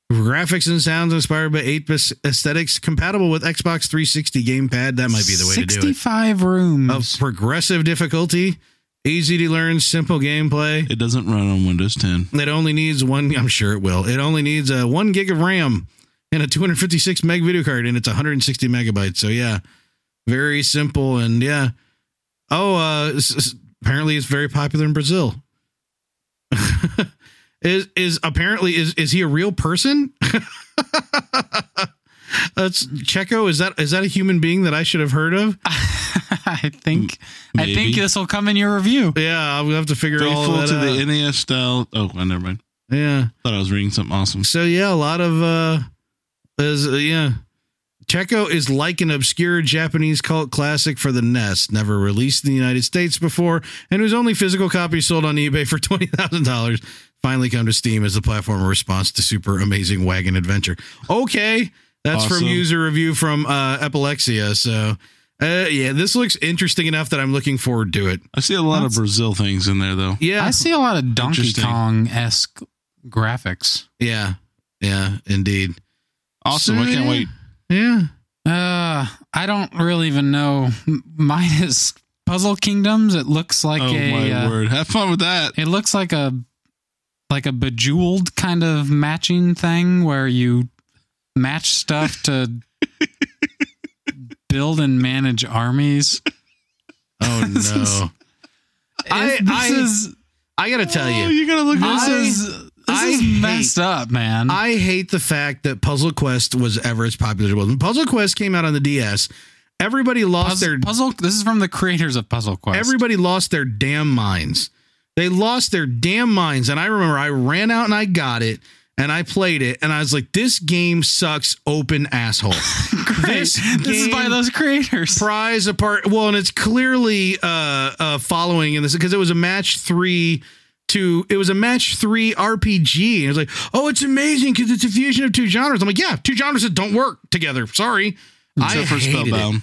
A: Graphics and sounds inspired by 8-bit aesthetics, compatible with Xbox 360 gamepad. That might be the way to do it. Oh,
B: 65 rooms.
A: Of progressive difficulty, easy to learn, simple gameplay.
C: it doesn't run on windows 10
A: It only needs one. I'm sure it will. It only needs a one gig of RAM and a 256 meg video card, and it's 160 megabytes. So yeah, very simple and yeah. Oh, uh, s- s- apparently it's very popular in Brazil. is is apparently is is he a real person? That's Checo. Is that is that a human being that I should have heard of?
B: I think I
C: Maybe.
B: think this will come in your review.
A: Yeah, I'll have to figure all
C: faithful
A: of that
C: to
A: out.
C: the NES style. Oh, well, never mind.
A: yeah.
C: Thought I was reading something awesome.
A: So yeah, a lot of uh is uh, yeah. Checo is like an obscure Japanese cult classic for the NES, never released in the United States before, and whose only physical copy sold on eBay for twenty thousand dollars. Finally, come to Steam as the platform response to Super Amazing Wagon Adventure. Okay, that's
C: Awesome.
A: from user review from uh, Epilexia. So, uh, yeah, this looks interesting enough that I'm looking forward to it.
C: I see a lot
B: That's-
C: of Brazil things in there, though.
A: Yeah,
B: I see a lot of Donkey
C: Interesting.
B: Kong esque graphics.
A: yeah, yeah, indeed.
C: Awesome! I can't
A: yeah.
C: wait.
A: Yeah,
B: Uh, I don't really even know. M- Mine is Puzzle Kingdoms. It looks like
C: oh my
B: a. uh,
C: word! Have fun with that.
B: It looks like a like a bejeweled kind of matching thing where you match stuff to build and manage armies.
A: Oh no. I-
B: It- this
A: I-
B: is
A: I gotta tell
C: Oh,
A: you,
C: you're gonna look
B: this
A: I-
B: is this
A: I
B: is
A: hate-
B: messed up, man.
A: I hate the fact that Puzzle Quest was ever as popular as it was. When Puzzle Quest came out on the DS, everybody lost
B: puzzle,
A: their
B: puzzle. This is from the creators of Puzzle Quest.
A: everybody lost their damn minds. They lost their damn minds. And I remember I ran out and I got it and I played it and I was like, this game sucks open asshole.
B: Great.
A: this
B: This, is by
A: game-
B: those creators.
A: prize apart. Well, and it's clearly uh, uh, following in this because it was a match three to it was a match three RPG. And it was like, oh, it's amazing because it's a fusion of two genres. I'm like, yeah, two genres that don't work together. Sorry. I
C: Except for
A: hated it.
C: Spellbound.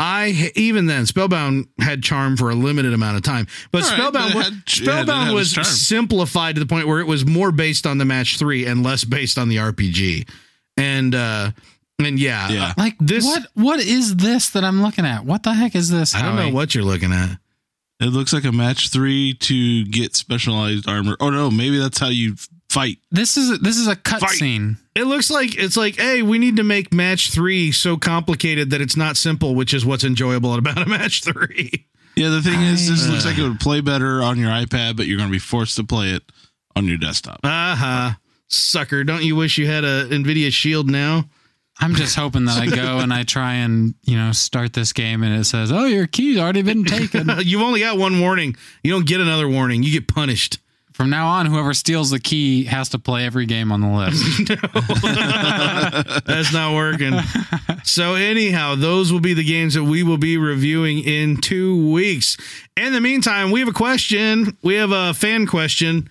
A: I h- even then Spellbound had charm for a limited amount of time, but
C: All right,
A: Spellbound
C: but it
A: wa-
C: had- it had- it
A: Spellbound
C: had
A: was
C: its charm.
A: simplified to the point where it was more based on the match three and less based on the RPG, and uh and yeah,
C: Yeah.
B: Like
A: This-
B: this. What what is this that I'm looking at? What the heck is this?
A: I don't know
B: Howie?
A: what you're looking at.
C: It looks like a match three to get specialized armor. Oh no, maybe that's how you fight.
B: This is this is a
C: Fight.
B: cutscene.
A: It looks like it's like, hey, we need to make match three so complicated that it's not simple, which is what's enjoyable about a match three.
C: Yeah, the thing is, this
B: I-
C: looks like it would play better on your iPad, but you're gonna be forced to play it on your desktop.
A: Uh huh. Sucker, don't you wish you had a NVIDIA Shield now?
B: I'm just hoping that I go and I try and you know start this game and it says, "Oh, your key's already been taken."
A: You've only got one warning. You don't get another warning. You get punished.
B: from now on, whoever steals the key has to play every game on the list.
A: That's not working. so, anyhow, those will be the games that we will be reviewing in two weeks. In the meantime, we have a question. We have a fan question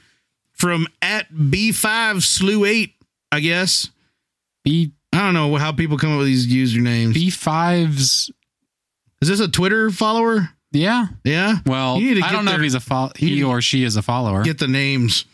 A: from at B5 Slew 8, I guess.
B: B
A: I don't know how people come up with these usernames.
B: B fives.
A: Is this a Twitter follower?
B: Yeah.
A: Yeah.
B: Well,
A: You need to
B: I
A: get
B: don't know
A: their-
B: if he's a fol-
A: you
B: he
A: need-
B: or she is a follower.
A: Get the names.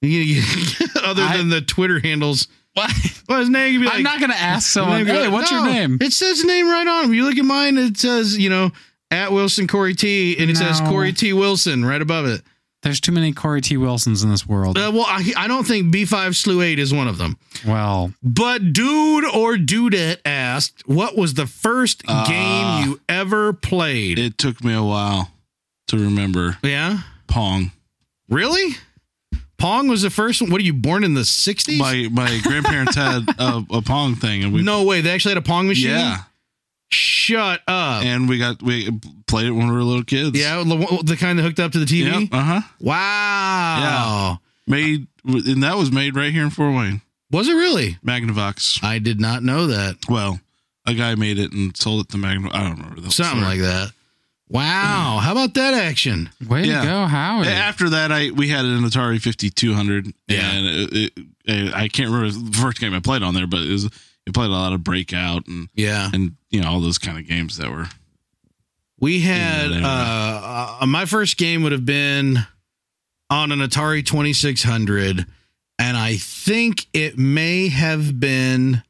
A: You need to get- other
B: I-
A: than the Twitter handles. Well, his name could be like,
B: I'm not gonna ask
A: his
B: someone.
A: name could be
B: Hey,
A: like-
B: what's your
A: No,
B: name?
A: It says name right on. If you look at mine, it says, you know, at Wilson Corey T, and it says
B: No.
A: Corey T Wilson right above it.
B: There's too many Corey T. Wilsons in this world.
A: Uh, well, I, I don't think B5 Slew 8 is one of them.
B: well,
A: But dude or dudette asked, what was the first
C: Ah.
A: game you ever played?
C: It took me a while to remember
A: yeah.
C: Pong.
A: Really? Pong was the first one. What are you born in the 60s?
C: My my grandparents had a, a Pong thing, and we
A: no way. They actually had a Pong machine?
C: yeah,
A: Shut up.
C: and we got we played it when we were little kids.
A: yeah, the, the kind that hooked up to the TV.
C: Uh huh.
A: Wow.
C: Made and that was made right here in Fort Wayne.
A: Was it really?
C: Magnavox.
A: I did not know that.
C: Well, a guy made it and sold it to Magnavox. I don't remember the
A: Something like that. Wow. How about that action?
B: way
C: Yeah.
B: to go, Howie.
C: After that, I we had an Atari fifty two hundred,
A: Yeah.
C: and it, it- it- I can't remember the first game I played on there, but it was it played a lot of Breakout and
A: Yeah.
C: and you know all those kind of games that were
A: We had
C: Yeah, they were-
A: uh, uh my first game would have been on an Atari 2600 and I think it may have been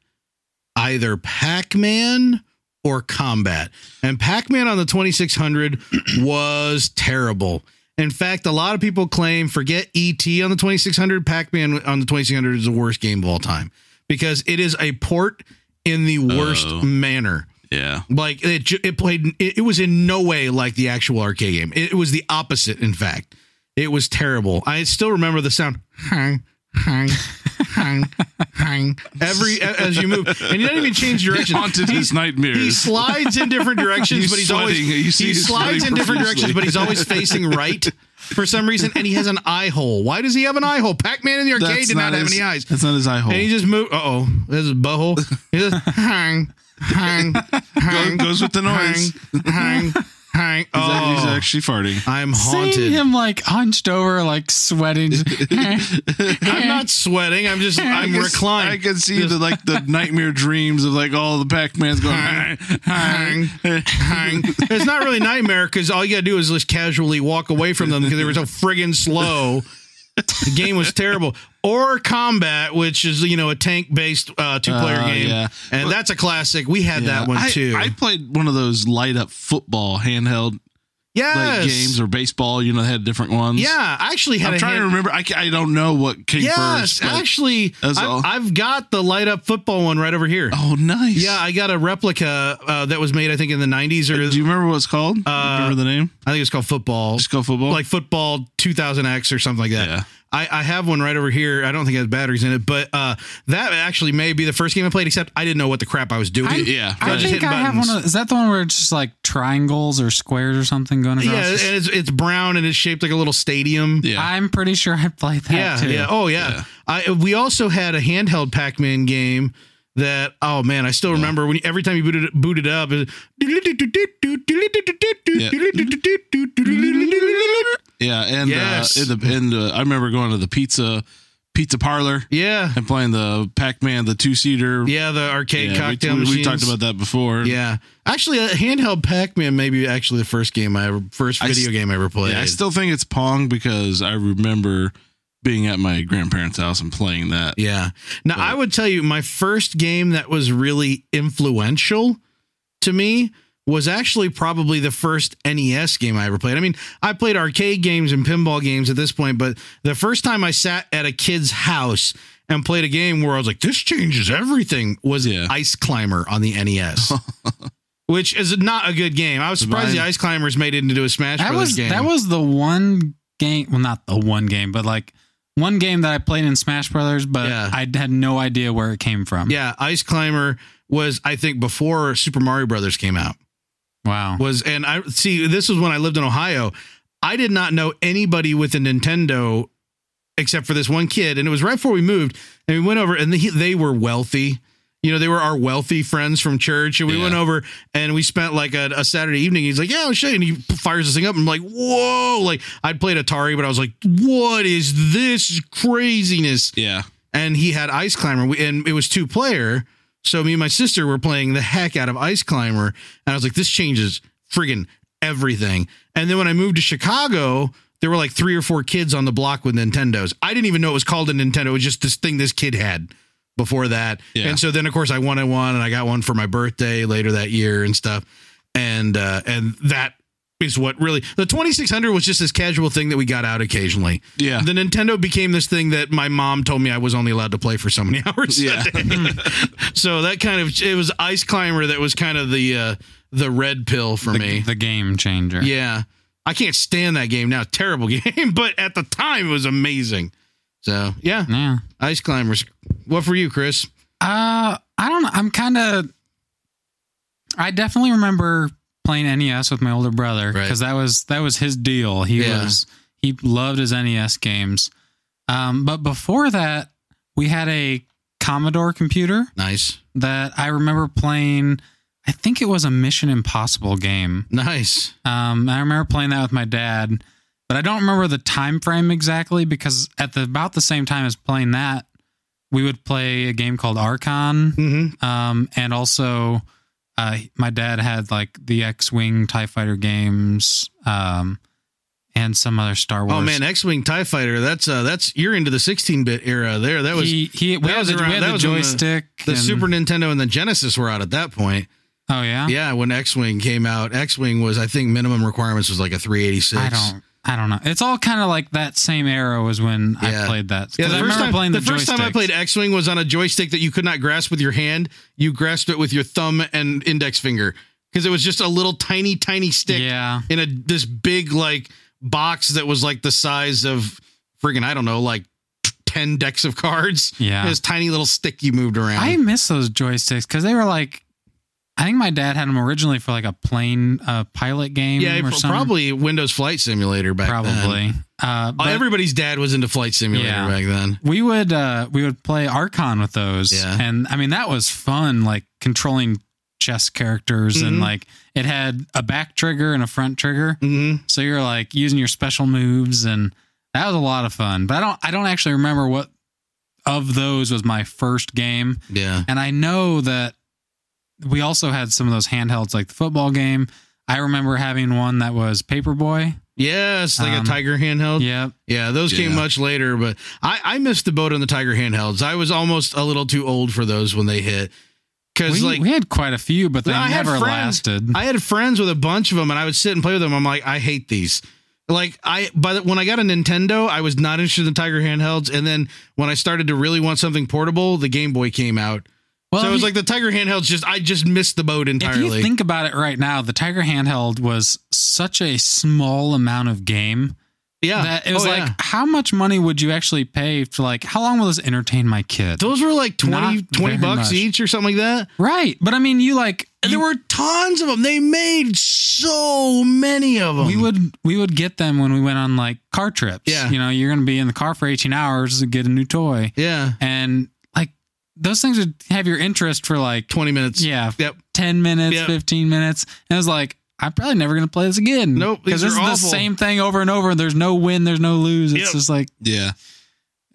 A: either Pac-Man or Combat. And Pac-Man on the 2600 was terrible. In fact, a lot of people claim forget ET on the 2600, Pac-Man on the 2600 is the worst game of all time because it is a port in the worst
C: Oh.
A: manner.
C: yeah
A: Like it, ju- it played. It, it was in no way like the actual arcade game. It, it was the opposite. In fact, it was terrible. I still remember the sound. Hang, hang, hang, hang. Every a- as you move, and you don't even change direction.
C: haunted his nightmares.
A: He slides in different directions,
C: He's
A: but he's always
C: sweating. You see
A: he
C: he's
A: slides
C: sweating
A: in different directions,
C: profusely.
A: but he's always facing right for some reason, and he has an eye hole. Why does he have an eye hole? Pac-Man in the arcade
C: That's
A: did not, have
C: his-
A: any eyes.
C: That's not his eye hole.
A: And he just moved. Uh oh, this is a butthole. He just hang, hang, hang.
C: goes with the noise.
A: Hang, hang, hang.
C: He's a-
A: Oh,
C: He's actually farting.
A: I'm
B: Seeing
A: haunted.
B: him like hunched over, like sweating.
A: I'm not sweating. I'm just. I'm
C: I can- I
A: reclined.
C: can see the like the nightmare dreams of like all the Pac-Man's going.
A: Hang, hang. It's not really nightmare because all you gotta do is just casually walk away from them because they were so friggin' slow. The game was terrible. Or combat, which is you know a tank-based uh, two-player
C: Oh,
A: game,
C: yeah.
A: and that's a classic. We had
C: Yeah.
A: that one
C: I-
A: too.
C: I, played one of those light up football handheld
A: yes,
C: like games or baseball. You know, they had different ones.
A: Yeah, I actually had.
C: I'm
A: a
C: trying
A: hand-
C: to remember. I, ca- I don't know what came
A: Yes,
C: first. but-
A: actually,
C: That's all.
A: I've, I've got the light up football one right over here.
C: oh, nice.
A: Yeah, I got a replica uh, that was made, I think, in the '90s, or
C: Do you remember what it's called?
A: Uh,
C: remember the name?
A: I think it's called football,
C: Just go football.
A: like football 2000X or something like that.
C: Yeah.
A: I, I have one right over here. I don't think it has batteries in it, but uh, that actually may be the first game I played. Except I didn't know what the crap I was doing.
B: I-
C: yeah.
B: I
A: Right.
C: right.
B: think
A: Hit
B: I have
A: buttons.
B: one. Of, is that the one where it's just like triangles or squares or something going across?
A: yeah, and
B: the-
A: it's it's brown and it's shaped like a little stadium.
C: yeah.
B: I'm pretty sure I played that
A: Yeah,
B: too.
A: yeah. Oh, yeah.
C: Yeah.
A: I we also had a handheld Pac-Man game that oh man, I still remember when every time you booted it- booted it up. It,
C: Yeah, and
A: Yes.
C: uh, in the, in the, I remember going to the pizza pizza parlor
A: yeah,
C: and playing the Pac Man, the two seater.
A: yeah. The arcade cocktail
C: we, we, we
A: machines.
C: talked about that before.
A: Yeah, actually, a handheld Pac-Man may be actually the first game I ever, first
C: I
A: video
C: st-
A: game I ever played.
C: Yeah, I still think it's Pong because I remember being at my grandparents' house and playing that.
A: Yeah. Now
C: But-
A: I would tell you my first game that was really influential to me was actually probably the first NES game I ever played. I mean, I played arcade games and pinball games at this point, but the first time I sat at a kid's house and played a game where I was like, this changes everything was
C: Yeah.
A: Ice Climber on the NES. Which is not a good game. I was surprised the
C: Mine-
A: Ice Climbers made it into a Smash
B: that
A: Brothers
B: was
A: game.
B: that was the one game. Well, not the one game, but like one game that I played in Smash Brothers, but
A: Yeah.
B: I had no idea where it came from.
A: yeah, Ice Climber was I think before Super Mario Brothers came out.
B: Wow.
A: was and I see this was when I lived in Ohio. I did not know anybody with a Nintendo except for this one kid. And it was right before we moved, and we went over, and he, they were wealthy. You know, they were our wealthy friends from church, and we
D: Yeah.
A: went over and we spent like a, a Saturday evening. He's like, "Yeah, I'll show you," and he fires this thing up. And I'm like, "Whoa!" Like I'd played Atari, but I was like, "What is this craziness?"
D: Yeah.
A: and he had Ice Climber, We- and it was two player. So me and my sister were playing the heck out of Ice Climber, and I was like, "This changes friggin' everything." And then when I moved to Chicago, there were like three or four kids on the block with Nintendos. I didn't even know it was called a Nintendo; it was just this thing this kid had before that.
D: Yeah.
A: And so then, of course, I wanted one, and I got one for my birthday later that year and stuff. And uh, and that is what really the 2600 was just this casual thing that we got out occasionally.
D: Yeah.
A: The Nintendo became this thing that my mom told me I was only allowed to play for so many hours. a
D: Yeah.
A: day. so that kind of it was Ice Climber that was kind of the uh, the red pill for
B: the,
A: me.
B: the game changer.
A: yeah, I can't stand that game now. Terrible game, but at the time it was amazing. So yeah,
B: Yeah.
A: Ice Climbers. What for you, Chris?
B: Uh, I don't know. I'm kind of. I definitely remember playing NES with my older brother
A: Right.
B: because that was that was his deal. He
A: Yeah.
B: was he loved his NES games. Um, but before that, we had a Commodore computer
A: Nice,
B: that I remember playing. I think it was a Mission Impossible game.
A: nice.
B: Um, I remember playing that with my dad, but I don't remember the time frame exactly because at the about the same time as playing that, we would play a game called Archon.
A: Mm-hmm.
B: Um, and also, uh, my dad had like the X Wing TIE Fighter games um, and some other Star Wars.
A: Oh man, X-wing Tie Fighter. That's uh, that's you're into the 16-bit era there. That was
B: he, he, we
A: that
B: had
A: was
B: the, we
A: around-
B: had
A: that
B: the
A: was on the-
B: joystick.
A: the
B: and-
A: Super Nintendo and the Genesis were out at that point.
B: Oh, yeah?
A: Yeah, when X Wing came out, X Wing was I think minimum requirements was like a 386.
B: I don't. I don't know. It's all kind of like that same era was when
A: Yeah.
B: I played that. 'Cause
A: Yeah, the
B: I
A: first
B: remember
A: time
B: playing
A: the,
B: the,
A: first time I
B: joysticks.
A: played X Wing was on a joystick that you could not grasp with your hand. You grasped it with your thumb and index finger because it was just a little tiny, tiny stick
B: Yeah.
A: in a this big like box that was like the size of friggin' I don't know like ten decks of cards.
B: Yeah.
A: this tiny little stick you moved around.
B: I miss those joysticks because they were like, I think my dad had them originally for like a plane uh, pilot game.
A: yeah,
B: or
A: pro-
B: something.
A: probably Windows Flight Simulator back then.
B: probably. Uh,
A: Uh,
B: but
A: Everybody's dad was into Flight Simulator
B: Yeah.
A: back then.
B: we would uh, we would play Archon with those,
A: Yeah.
B: and I mean that was fun, like controlling chess characters, and
A: Mhm.
B: like it had a back trigger and a front trigger,
A: hmm
B: so you're like using your special moves, and that was a lot of fun. But I don't I don't actually remember what of those was my first game.
A: Yeah.
B: And I know that we also had some of those handhelds, like the football game. I remember having one that was Paperboy.
A: Yes, like
B: Um,
A: a Tiger handheld. Yeah,
B: Yep.
A: those came
D: Yeah.
A: much later, but I, I missed the boat on the Tiger handhelds. I was almost a little too old for those when they hit. Because
B: We,
A: like
B: we had quite a few, but they
A: I had
B: never
A: friends-
B: lasted.
A: I had friends with a bunch of them, and I would sit and play with them. I'm like, I hate these. Like I, by the, when I got a Nintendo, I was not interested in Tiger handhelds, and then when I started to really want something portable, the Game Boy came out.
B: well,
A: so it
B: if
A: was
B: you-
A: like the Tiger handhelds. Just I just missed the boat entirely.
B: if you think about it right now, the Tiger handheld was such a small amount of game
A: yeah,
B: that it was
A: Oh,
B: like,
A: yeah.
B: how much money would you actually pay to like, how long will this entertain my kid?
A: those were like 20,
B: Not
A: 20
B: very
A: bucks
B: much.
A: each or something like that.
B: Right. But I mean, you like,
A: And
B: you-
A: there were tons of them. They made so many of them.
B: we would we would get them when we went on like car trips.
A: Yeah.
B: You know, you're gonna be in the car for 18 hours to get a new toy.
A: Yeah.
B: And like those things would have your interest for like
A: 20 minutes.
B: yeah,
A: Yep.
B: 10 minutes,
A: Yep.
B: 15 minutes. And I was like, I'm probably never gonna play this again.
A: Nope, these
B: Because this is
A: are
B: the
A: awful.
B: same thing over and over. There's no win, there's no lose. It's
A: Yep.
B: just like,
D: Yeah.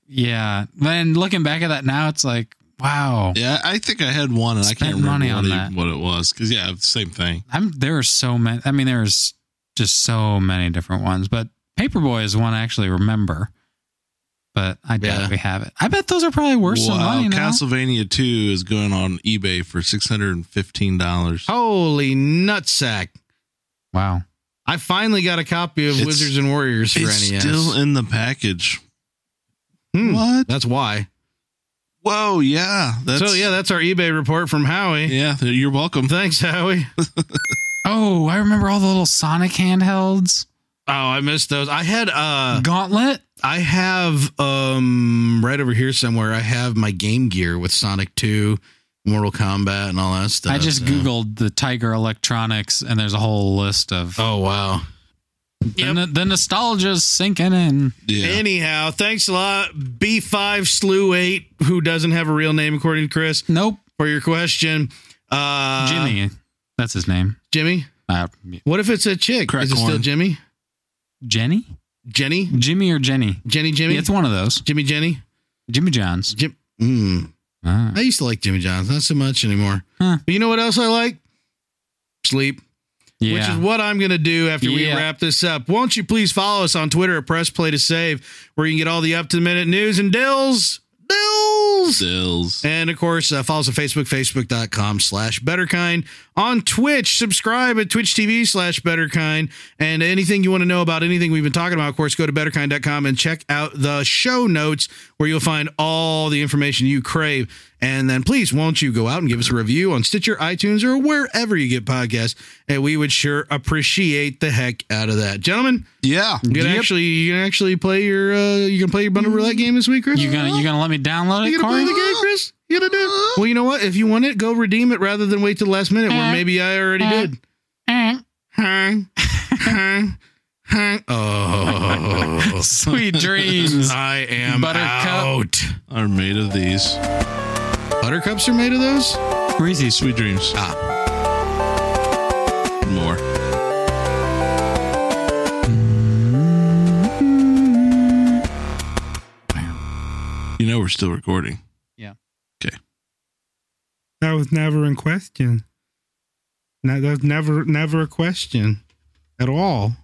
B: yeah. Then looking back at that now, it's like, wow.
D: Yeah. I think I had one and I
B: Spent
D: can't remember
B: money on
D: what,
B: that.
D: it, what it was. Cause yeah, same thing.
B: I'm there are so many I mean, there's just so many different ones, but Paperboy is one I actually remember. But I doubt
A: Yeah.
B: we have it. I bet those are probably worth some money now.
D: Castlevania 2 is going on eBay for $615.
A: Holy nutsack.
B: Wow.
A: I finally got a copy of
D: It's-
A: Wizards and Warriors for E
D: It's
A: NES.
D: still in the package.
A: Hmm.
D: What?
A: That's why.
D: Whoa, yeah. That's,
A: so, yeah, that's our eBay report from Howie.
D: yeah, you're welcome.
A: Thanks, Howie. Oh,
B: Oh, I remember all the little Sonic handhelds.
A: Oh, I missed those. I had, uh,
B: Gauntlet.
A: I have, um, right over here somewhere, I have my Game Gear with Sonic 2, Mortal Kombat, and all that stuff.
B: I just
A: so-
B: Googled the Tiger Electronics and there's a whole list of
A: Oh, wow.
B: The, no- the nostalgia's sinking in.
D: Yeah.
A: E Anyhow, thanks a lot, B5 Slew 8, who doesn't have a real name according to Chris,
B: Nope.
A: for your question. Uh,
B: Jimmy. That's his name.
A: Jimmy?
B: Uh,
A: What if it's a chick?
D: Crack
A: Is it still
D: corn.
A: Jimmy?
B: Jenny?
A: Jenny?
B: Jimmy or Jenny?
A: Jenny Jimmy?
B: Yeah, it's one of those.
A: Jimmy Jenny?
B: Jimmy John's.
A: Jim- mm.
B: Ah.
A: I used to like Jimmy John's, not so much anymore.
B: Huh.
A: But you know what else I like? Sleep.
B: yeah.
A: which is what I'm going to do after we
B: Yeah.
A: wrap this up. Won't you please follow us on Twitter at Press Play to Save, where you can get all the up to the minute news and dills, dills.
D: Sales.
A: And of course, uh, follow us on Facebook, facebook.com slash betterkind. On Twitch, subscribe at Twitch TV slash betterkind. And anything you want to know about anything we've been talking about, of course, go to betterkind.com and check out the show notes where you'll find all the information you crave. And then please, won't you go out and give us a review on Stitcher, iTunes, or wherever you get podcasts? And we would sure appreciate the heck out of that. Gentlemen,
C: Yeah.
A: you can
B: Yep.
A: actually you can actually play your uh, you can play your bundle roulette game this week, Chris?
B: You gonna you gonna let me download
A: You
B: it,
A: gonna play
B: Corey?
A: the game, Chris? You gonna do it? Well, you know what? If you want it, go redeem it rather than wait till the last minute where maybe I already did. Huh? Huh? Huh? Oh,
B: Sweet dreams.
A: I am
B: Buttercup.
A: out.
D: Are made of these.
A: Buttercups are made of those.
B: Reese's
D: Sweet dreams. Ah. More. You know we're still recording.
E: That was never in question. No, that was never never a question at all.